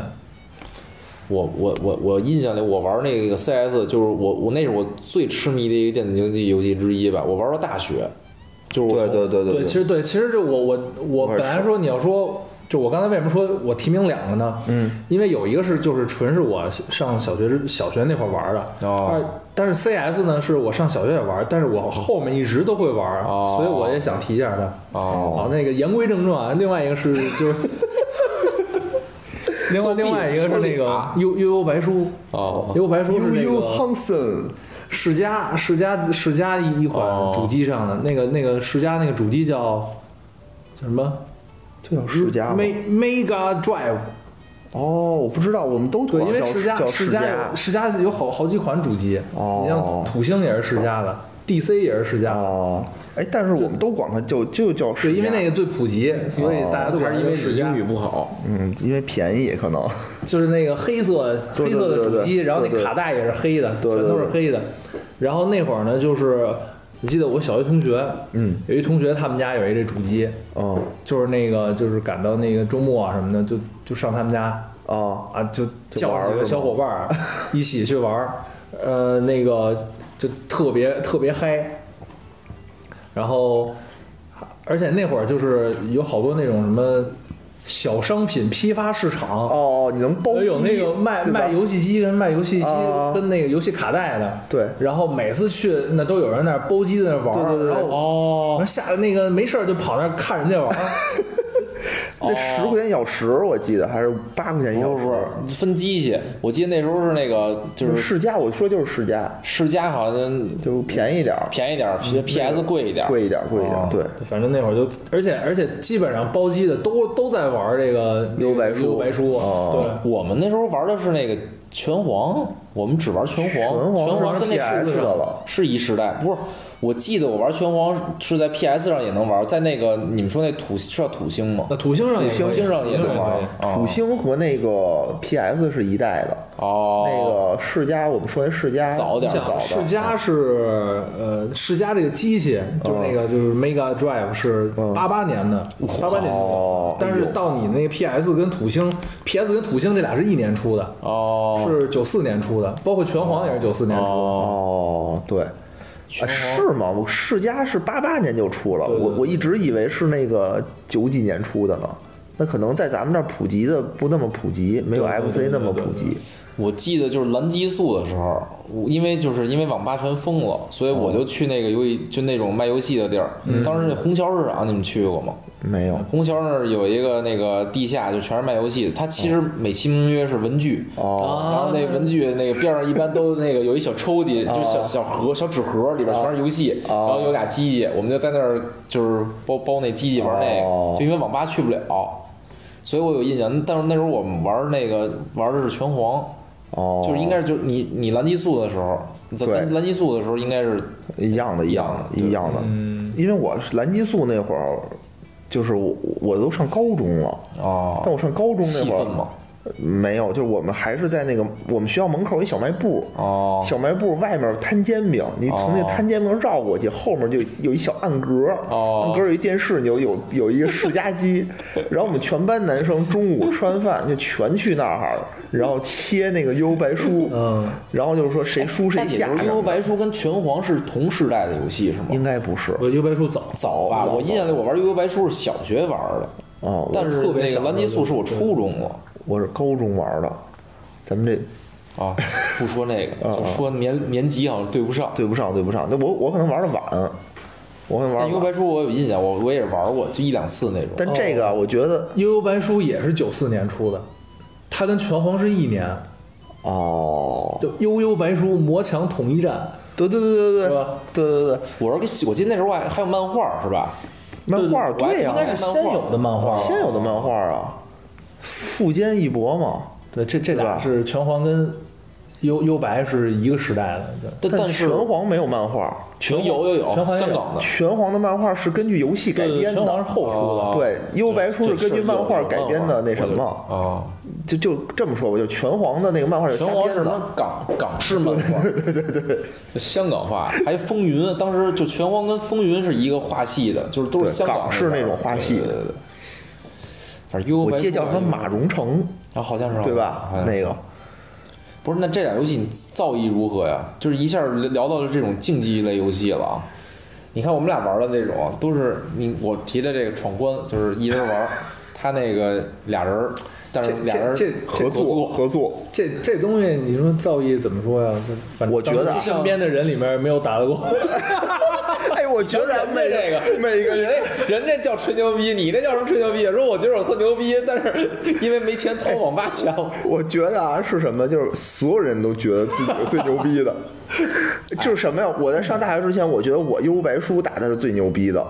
Speaker 2: 我我我我印象里，我玩那个 CS，就是我我那是我最痴迷的一个电子竞技游戏之一吧。我玩到大学，就是我
Speaker 1: 对
Speaker 2: 从
Speaker 1: 对对
Speaker 3: 对
Speaker 1: 对
Speaker 3: 其实对，其实这我我我
Speaker 1: 我也
Speaker 3: 本
Speaker 1: 是
Speaker 3: 来说你要说，就我刚才为什么说我提名两个呢？嗯，因为有一个是就是纯是我上小学之小学那会儿玩的，
Speaker 2: 哦
Speaker 3: 二但是 CS 呢是我上小学也玩，但是我后面一直都会玩，
Speaker 2: 哦
Speaker 3: 所以我也想提一下它。
Speaker 2: 哦
Speaker 3: 啊，那个言归正传，另外一个是就是 另外
Speaker 2: 作弊
Speaker 3: 另外一个是那
Speaker 2: 说
Speaker 3: 个
Speaker 2: 俩
Speaker 3: 悠悠悠白书，
Speaker 2: 哦
Speaker 3: 悠悠白书是那
Speaker 1: 悠悠
Speaker 3: 个
Speaker 1: Hansen，
Speaker 3: 世嘉世嘉世嘉一一
Speaker 2: 哦
Speaker 3: 款主机上的那个那个世嘉那个主机叫叫什么
Speaker 1: 这叫世家吗？
Speaker 3: Me- Mega Drive。
Speaker 1: 哦，我不知道，我们都
Speaker 3: 对，
Speaker 1: 管
Speaker 3: 因为
Speaker 1: 叫
Speaker 3: 世嘉
Speaker 1: 叫
Speaker 3: 世
Speaker 1: 世
Speaker 3: 嘉有世嘉有好好几款主机，
Speaker 1: 哦
Speaker 3: 你像土星也是世嘉的，DC 也是世嘉的，
Speaker 1: 哦，哎，但是我们都管它就就叫世
Speaker 3: 对，
Speaker 1: 家，
Speaker 3: 因为那个最普及，所以大家都
Speaker 2: 哦还
Speaker 3: 玩
Speaker 2: 是因为你
Speaker 3: 世嘉
Speaker 2: 英语。不好，
Speaker 1: 嗯，因为便宜可能。
Speaker 3: 就是那个黑色
Speaker 1: 对
Speaker 3: 黑色的主
Speaker 1: 对对
Speaker 3: 机，
Speaker 1: 对
Speaker 3: 然后
Speaker 1: 对
Speaker 3: 那
Speaker 1: 对
Speaker 3: 卡带也是黑的，
Speaker 1: 对对
Speaker 3: 全都是黑的。然后那会儿呢，就是我记得我小学同学，嗯，有一同学他们家有一这主机，
Speaker 1: 哦
Speaker 3: 就是那个就是赶到那个周末啊什么的，就就上他们家
Speaker 1: 哦，
Speaker 3: 啊，就
Speaker 1: 就
Speaker 3: 叫
Speaker 1: 玩儿
Speaker 3: 几个
Speaker 1: 是
Speaker 3: 小
Speaker 1: 吗
Speaker 3: 伙 伴儿一起去玩儿，呃，那个就特别特别嗨，然后而且那会儿就是有好多那种什么小商品批发市场
Speaker 1: 哦，你能包机
Speaker 3: 有那个卖
Speaker 1: 对吧
Speaker 3: 卖游戏机跟卖游戏机
Speaker 1: 啊
Speaker 3: 跟那个游戏卡带的，
Speaker 1: 对
Speaker 3: 然后每次去那都有人在那儿包机在那儿玩儿，
Speaker 1: 对对对
Speaker 3: 然后我
Speaker 2: 哦
Speaker 3: 们下那个没事儿就跑那儿看人家玩儿，哦
Speaker 1: 那十块钱一小时，我记得还是八块钱一小
Speaker 2: 不是
Speaker 1: 时。
Speaker 2: 不是分机器，我记得那时候是那个就
Speaker 1: 就是世家，我说就是世家，
Speaker 2: 世嘉好像
Speaker 1: 就便宜点儿，
Speaker 2: 便宜点儿，P P S 贵一点儿，
Speaker 1: 嗯贵一点儿，贵一
Speaker 3: 哦
Speaker 1: 点儿。对，
Speaker 3: 反正那会儿就，而且而且基本上包机的都都在玩儿这个
Speaker 1: 溜白书
Speaker 3: 溜白书，啊
Speaker 1: 哦
Speaker 2: 我们那时候玩的是那个拳皇，我们只玩拳皇，
Speaker 1: 拳皇
Speaker 2: 拳皇跟那
Speaker 1: 是 PS
Speaker 2: 是
Speaker 1: 的了
Speaker 2: 是一时代。不是，我记得我玩拳皇是在 PS 上也能玩，在那个你们说那土是叫土星吗
Speaker 3: 对，那？土星上也
Speaker 2: 土星上也能玩
Speaker 3: 可以。
Speaker 1: 对，土星和那个 PS 是一代的，那
Speaker 2: 哦，
Speaker 1: 个世家，我们说那世家
Speaker 2: 早
Speaker 3: 你
Speaker 2: 点早
Speaker 3: 想，世
Speaker 2: 的。嗯
Speaker 3: 嘉是呃，世嘉这个机器就是那
Speaker 2: 哦
Speaker 3: 个就是 Mega Drive 是
Speaker 2: 嗯
Speaker 3: 八八年的，八八年死
Speaker 1: 哦
Speaker 3: 的，但
Speaker 2: 哎
Speaker 3: 是到你那个 PS 跟土星，PS 跟土星这俩是一年出的，
Speaker 2: 哦，
Speaker 3: 是九四年出的，包括拳皇也是九四年出的。
Speaker 2: 哦，
Speaker 1: 哦，对。啊，是吗？我世家是八八年就出了，我我一直以为是那个九几年出的呢。那可能在咱们这儿普及的不那么普及，没有 FC 那么普及。
Speaker 2: 我记得就是蓝激素的时候，我因为就是因为网吧全封了，所以我就去那个游戏就那种卖游戏的地儿。当时那虹桥市场你们去过吗？
Speaker 1: 没有
Speaker 2: 虹桥那儿有一个那个地下，就全是卖游戏的。它其实美其名曰是文具，
Speaker 1: 哦
Speaker 2: 然后那文具那个边上一般都那个有一小抽屉，就小小盒、小纸盒，里边全是游戏，然
Speaker 1: 哦
Speaker 2: 后有俩机器，我们就在那儿就是包包那机器玩那
Speaker 1: 哦
Speaker 2: 个，就因为网吧去不了，所以我有印象。但是那时候我们玩那个玩的是拳皇，
Speaker 1: 哦
Speaker 2: 就是应该是就是你你蓝激素的时候，咱
Speaker 1: 对
Speaker 2: 咱蓝激素的时候应该是
Speaker 1: 一样的，一样的，一样的。
Speaker 2: 嗯
Speaker 1: 因为我是蓝激素那会儿，就是我我都上高中了，
Speaker 2: 哦
Speaker 1: 但我上高中那
Speaker 2: 气
Speaker 1: 会
Speaker 2: 氛嘛
Speaker 1: 儿，，没有，就是我们还是在那个我们学校门口有一小卖部，
Speaker 2: 哦
Speaker 1: 小卖部外面摊煎饼，你从那
Speaker 2: 哦
Speaker 1: 摊煎饼绕过去，后面就有一小暗格，
Speaker 2: 哦
Speaker 1: 暗格有一电视，你有有有一个世家机，然后我们全班男生中午吃完饭就全去那儿了，然后切那个悠悠白书，
Speaker 3: 嗯，
Speaker 1: 然后就是说谁输谁
Speaker 2: 但你
Speaker 1: 下
Speaker 3: 啊
Speaker 2: 不，是幽游白书跟拳皇是同时代的游戏是吗？
Speaker 1: 应该不是
Speaker 3: 我幽白书早，啊
Speaker 2: 早吧，我印象里我玩幽游白书是小学玩的，
Speaker 1: 哦，我
Speaker 2: 但是
Speaker 3: 特别
Speaker 2: 那个
Speaker 3: 小
Speaker 2: 蓝激素是我初中了。
Speaker 1: 我是高中玩的，咱们这
Speaker 2: 啊， 不说那个，
Speaker 3: 啊
Speaker 2: 就说年年级好像对不上。
Speaker 1: 对不上对不上，那我我可能玩的晚，我可能
Speaker 2: 但
Speaker 1: 玩
Speaker 2: 幽游
Speaker 1: 得晚，
Speaker 2: 白书我有印象，我我也是玩过，就一两次那种。
Speaker 1: 但这个啊我觉得
Speaker 3: 幽游白书也是九四年出的，它跟拳皇是一年，
Speaker 1: 哦，
Speaker 3: 就幽游白书魔强统一战，
Speaker 1: 对对对对对
Speaker 3: 是
Speaker 1: 对
Speaker 3: 吧
Speaker 1: 对对对，
Speaker 2: 我是跟我记得那时候我还还有漫画是吧？
Speaker 1: 漫画儿
Speaker 2: 我还
Speaker 1: 对呀
Speaker 2: 应，该是漫
Speaker 3: 先
Speaker 2: 画
Speaker 3: 有的漫画，
Speaker 1: 先有的漫画儿啊，富坚义博嘛，
Speaker 3: 对，这这
Speaker 1: 对
Speaker 3: 俩
Speaker 1: 吧
Speaker 3: 是拳皇跟幽幽白是一个时代的，对。
Speaker 2: 但呃但是啊
Speaker 1: 拳皇没有漫画儿，
Speaker 2: 全有有有
Speaker 3: 拳皇也有
Speaker 2: 香港的
Speaker 1: 拳皇的漫画儿是根据游戏改
Speaker 3: 对对，
Speaker 1: 编
Speaker 3: 拳皇是
Speaker 1: 的。
Speaker 3: 后出的，
Speaker 2: 哦
Speaker 1: 对，幽白书是根
Speaker 2: 这
Speaker 1: 据
Speaker 2: 是
Speaker 1: 漫画儿
Speaker 2: 有
Speaker 1: 改
Speaker 2: 漫
Speaker 1: 编
Speaker 2: 画
Speaker 1: 的那什
Speaker 2: 我就
Speaker 1: 么，
Speaker 2: 哦，
Speaker 1: 就就这么说吧，就拳皇的那个漫画儿是
Speaker 2: 拳
Speaker 1: 瞎
Speaker 2: 皇
Speaker 1: 编
Speaker 2: 是什
Speaker 1: 的。
Speaker 2: 么港港式漫画？对对对对，香港画，还有风云，当时就拳皇跟风云是一个画系的，就是都是
Speaker 1: 对
Speaker 2: 香
Speaker 1: 港式
Speaker 2: 式
Speaker 1: 那种画系
Speaker 2: 对对对对。反正幽游
Speaker 1: 我
Speaker 2: 白
Speaker 1: 记得
Speaker 2: 书
Speaker 1: 叫什么
Speaker 2: 感
Speaker 1: 马
Speaker 2: 觉
Speaker 1: 荣成，
Speaker 2: 啊，好像是
Speaker 1: 对吧
Speaker 2: 好？像是
Speaker 1: 那个
Speaker 2: 不是，那这俩游戏你造诣如何呀？就是一下聊到了这种竞技类游戏了啊！你看我们俩玩的那种啊，都是你我提的这个闯关，就是一人玩儿，他那个俩人儿，但是
Speaker 3: 这
Speaker 2: 俩人儿
Speaker 3: 这这
Speaker 1: 合
Speaker 2: 合
Speaker 1: 作
Speaker 2: 作。
Speaker 1: 合作，
Speaker 3: 这这东西，你说造诣怎么说呀？就反正
Speaker 1: 我觉得
Speaker 3: 当时身边的人里面没有打得过，
Speaker 1: 哎，我觉得
Speaker 2: 人家
Speaker 1: 每
Speaker 2: 这个每个人 人家叫吹牛逼，你那叫什么吹牛逼？说我觉得我特牛逼，但是因为没钱掏网吧钱，
Speaker 1: 我觉得啊，是什么？就是所有人都觉得自己是最牛逼的，就是什么呀？我在上大学之前，我觉得我幽白书打的是最牛逼的，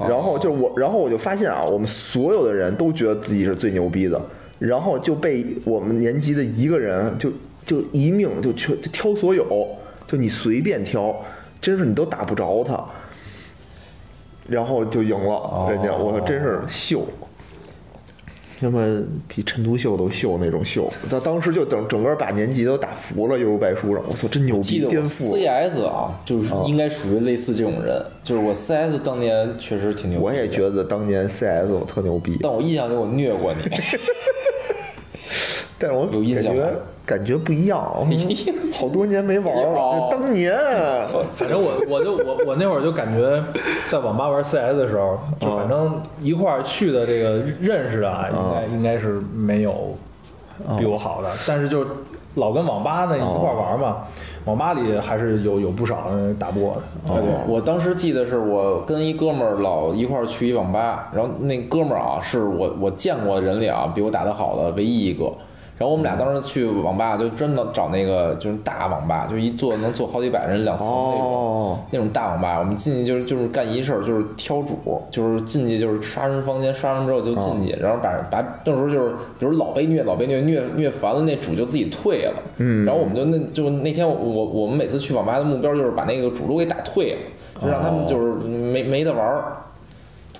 Speaker 1: 然后就是我，然后我就发现啊，我们所有的人都觉得自己是最牛逼的，然后就被我们年级的一个人就就一命就全就挑所有，就你随便挑，真是你都打不着他，然后就赢了人家，我操，真是秀。哦他们比陈独秀都秀那种秀，他当时就等整个把年级都打服了，《幽游白书》上，我操，真牛
Speaker 2: 记
Speaker 1: 逼，
Speaker 2: 得
Speaker 1: 颠
Speaker 2: 我
Speaker 1: 覆！
Speaker 2: CS 啊，就是应该属于类似这种人，就是我 CS 当年确实挺牛逼的。
Speaker 1: 我也觉得当年 CS 我特牛逼，
Speaker 2: 但我印象里我虐过 你，
Speaker 1: 但是我
Speaker 2: 有印
Speaker 1: 感
Speaker 2: 象吗
Speaker 1: 觉感觉不一样，好多年没玩了。
Speaker 2: 哦
Speaker 1: 当年
Speaker 3: 反正我我就我我那会儿就感觉，在网吧玩 CS 的时候，就反正一块儿去的这个认识的啊，应该应该是没有比我好的，但是就老跟网吧呢一块儿玩嘛，网吧里还是有有不少人打不过的。
Speaker 2: 对对， 我当时记得是我跟一哥们儿老一块儿去一网吧，然后那哥们儿啊是我我见过的人里啊比我打得好的唯一一个。然后我们俩当时去网吧就专门找那个就是大网吧，就一坐能坐好几百人两层那种。
Speaker 1: 哦，
Speaker 2: 那种大网吧，我们进去就是就是干一事儿，就是挑主，就是进去就是刷人房间，刷完之后就进去，
Speaker 1: 嗯
Speaker 2: 然后把把那时候就是，比如老被虐，老被虐虐虐烦了，那主就自己退了。嗯，然后我们就那就那天我我我们每次去网吧的目标就是把那个主都给打退了，就让他们就是没没得玩儿。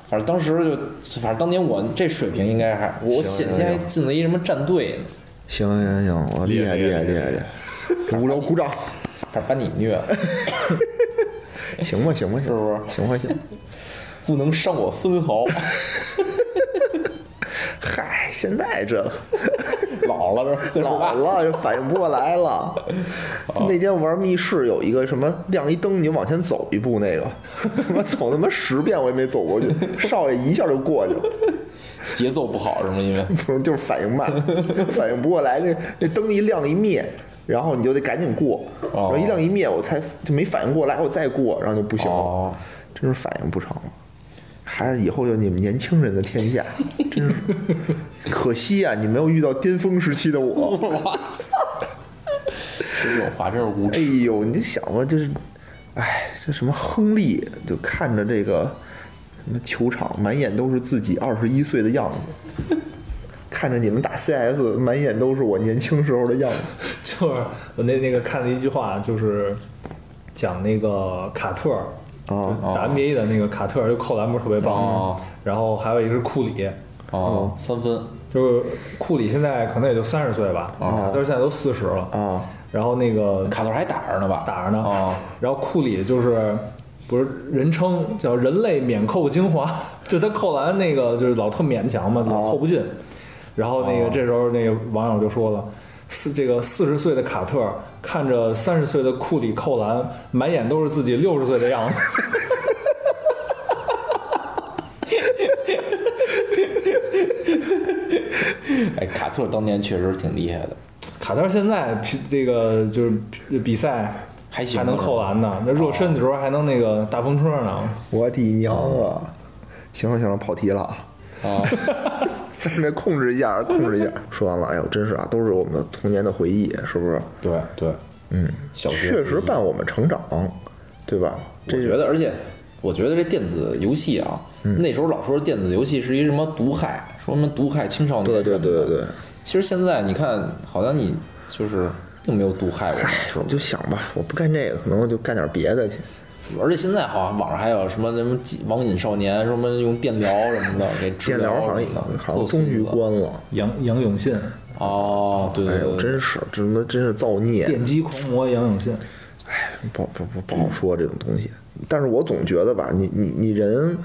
Speaker 2: 反正当时就，反正当年我这水平应该还，我险些还进了一什么战队呢，
Speaker 1: 行行行，我厉害厉害厉害厉害，无聊鼓掌，
Speaker 2: 反正把你虐了，
Speaker 1: 行吧行吧
Speaker 2: 是
Speaker 1: 行吧
Speaker 2: 不是？
Speaker 1: 行吧行，
Speaker 2: 不能伤我 分毫。
Speaker 1: 嗨，现在这
Speaker 2: 老了这岁数大
Speaker 1: 老了，就反应不过来了。
Speaker 2: 哦
Speaker 1: 那天玩密室有一个什么亮一灯，你往前走一步那个，他妈走他妈十遍我也没走过去，少爷一下就过去了，
Speaker 2: 节奏不好是吗？ 因为
Speaker 1: 不是就是反应慢，反应不过来，那那灯一亮一灭。然后你就得赶紧过，然后一亮一灭，我才就没反应过来，我再过，然后就不行
Speaker 2: 哦
Speaker 1: 了，真是反应不成了。还是以后就你们年轻人的天下，真是 可惜啊！你没有遇到巅峰时期的我。
Speaker 2: 我操！这种话真是无
Speaker 1: 哎
Speaker 2: 耻。
Speaker 1: 呦，你想吧，这是，哎，这什么亨利就看着这个什么球场，满眼都是自己二十一岁的样子，看着你们打 CS，满眼都是我年轻时候的样子。
Speaker 3: 就是我那那个看了一句话，就是讲那个卡特儿
Speaker 1: 哦
Speaker 3: 就打 NBA 的那个卡特儿，就扣篮不是特别棒
Speaker 2: 哦
Speaker 3: 吗，然后还有一个是库里，
Speaker 2: 哦，三分
Speaker 3: 就是库里现在可能也就三十岁吧，卡特现在都四十了
Speaker 1: 啊。
Speaker 3: 然后那个
Speaker 2: 哦卡特还打着呢吧？
Speaker 3: 打着呢，
Speaker 2: 哦
Speaker 3: 然后库里就是不是人称叫人类免扣精华， 就他扣篮那个就是老特勉强嘛，
Speaker 2: 哦
Speaker 3: 老扣不进。然后那个这时候那个网友就说了。四这个四十岁的卡特看着三十岁的库里扣篮，满眼都是自己六十岁的样子。
Speaker 2: 哎，卡特当年确实挺厉害的，
Speaker 3: 卡特现在皮这个就是比赛
Speaker 2: 还行
Speaker 3: 还哦能扣篮呢。那热身的时候还能那个大风车呢。
Speaker 1: 我的娘啊！行了行了，跑题了 啊！
Speaker 2: 啊，
Speaker 1: 咱们得控制一 下，控制一下。说完了，哎呦，真是啊，都是我们的童年的回忆，是不是？
Speaker 2: 对对，嗯，小学
Speaker 1: 确实伴我们成长，对吧？
Speaker 2: 我觉得，而且我觉得这电子游戏啊，那时候老说电子游戏是一什么毒害，说什么毒害青少年。
Speaker 1: 对对对对对。
Speaker 2: 其实现在你看，好像你就是并没有毒 害我们，是吧
Speaker 1: 哎你？就想吧，我不干这个，可能我就干点别的去。
Speaker 2: 而且现在好像网上还有什么什么几网瘾少年，什么用电疗什么的给治
Speaker 1: 电疗好
Speaker 2: 疗
Speaker 1: 像
Speaker 2: 什么的，
Speaker 1: 好
Speaker 2: 特
Speaker 1: 像终于
Speaker 2: 孙子
Speaker 1: 关了。
Speaker 3: 杨杨永信，
Speaker 2: 哦，对
Speaker 1: 哎
Speaker 2: 对
Speaker 1: 呦，
Speaker 2: 对，
Speaker 1: 真是，这他妈真是造孽！
Speaker 3: 电击狂魔杨永信。
Speaker 1: 不不不
Speaker 2: 嗯
Speaker 1: 不好说这种东西。但是我总觉得吧，你你你人，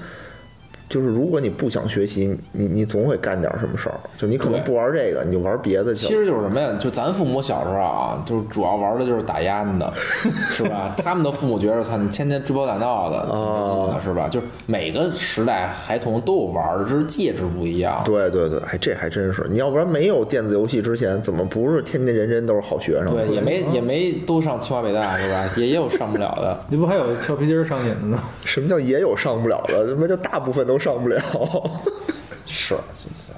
Speaker 1: 就是如果你不想学习，你你总会干点什么事儿。就你可能
Speaker 2: 对
Speaker 1: 不玩这个，你就玩别的
Speaker 2: 其
Speaker 1: 去了。
Speaker 2: 实就是什么呀？就咱父母小时候啊，就是主要玩的就是打压你 的，是吧？他们的父母觉得，操，你天天追跑打闹的，挺开心
Speaker 1: 哦
Speaker 2: 的，是吧？就是每个时代孩童都有玩儿，只是介质不一样。
Speaker 1: 对对对，哎，这还真是。你要不然没有电子游戏之前，怎么不是天天人人都是好学生？
Speaker 2: 对，也
Speaker 1: 嗯
Speaker 2: 没也没都上清华北大，是吧？也也有上不了的。
Speaker 3: 你不还有跳皮筋儿上瘾的呢？
Speaker 1: 什么叫也有上不了的？他妈就大部分都上不 了。
Speaker 2: 是，就是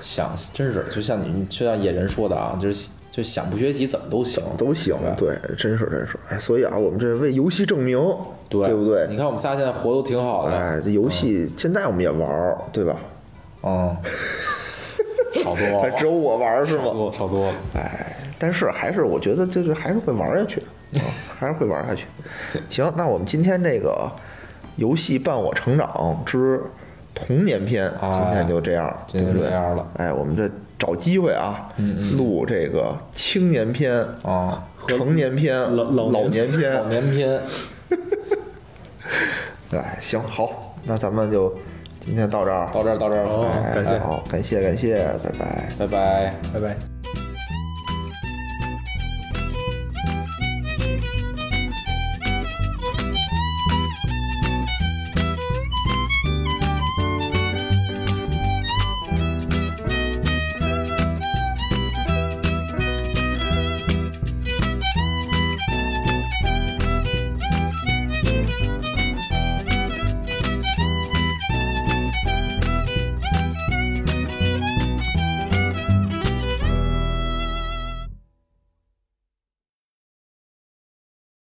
Speaker 2: 想，真是就像你，就像野人说的啊，就是就想不学习怎么都行。
Speaker 1: 都行，对，真是真是，哎，所以啊，我们这为游戏证明，对
Speaker 2: 对
Speaker 1: 不对？
Speaker 2: 你看嗯我们仨现在活都挺好的，
Speaker 1: 哎，这游戏现在我们也玩儿，对吧？
Speaker 2: 嗯，少多 啊
Speaker 1: 还
Speaker 2: 了，
Speaker 1: 只有我玩儿是
Speaker 2: 少
Speaker 1: 吗？
Speaker 2: 哦多少多了。
Speaker 1: 哎，但是还是我觉得就是还是会玩儿下 去，啊还是会玩儿下去。行，那我们今天这个游戏伴我成长之童年篇，
Speaker 2: 哎
Speaker 1: 今天就这样，
Speaker 2: 今天
Speaker 1: 对
Speaker 2: 就
Speaker 1: 不对
Speaker 2: 这样了。嗯
Speaker 1: 哎，我们这找机会啊，录这个青年篇、
Speaker 2: 啊，
Speaker 1: 成年篇、
Speaker 3: 老
Speaker 1: 老
Speaker 3: 老
Speaker 1: 年
Speaker 3: 年
Speaker 1: 篇、
Speaker 2: 老年篇，
Speaker 1: 哎，行好，那咱们就今天到这儿，哎
Speaker 2: 到这儿，到这儿，
Speaker 3: 好，感谢，
Speaker 1: 好，感谢感谢，拜拜。
Speaker 2: 拜拜。
Speaker 3: 拜拜。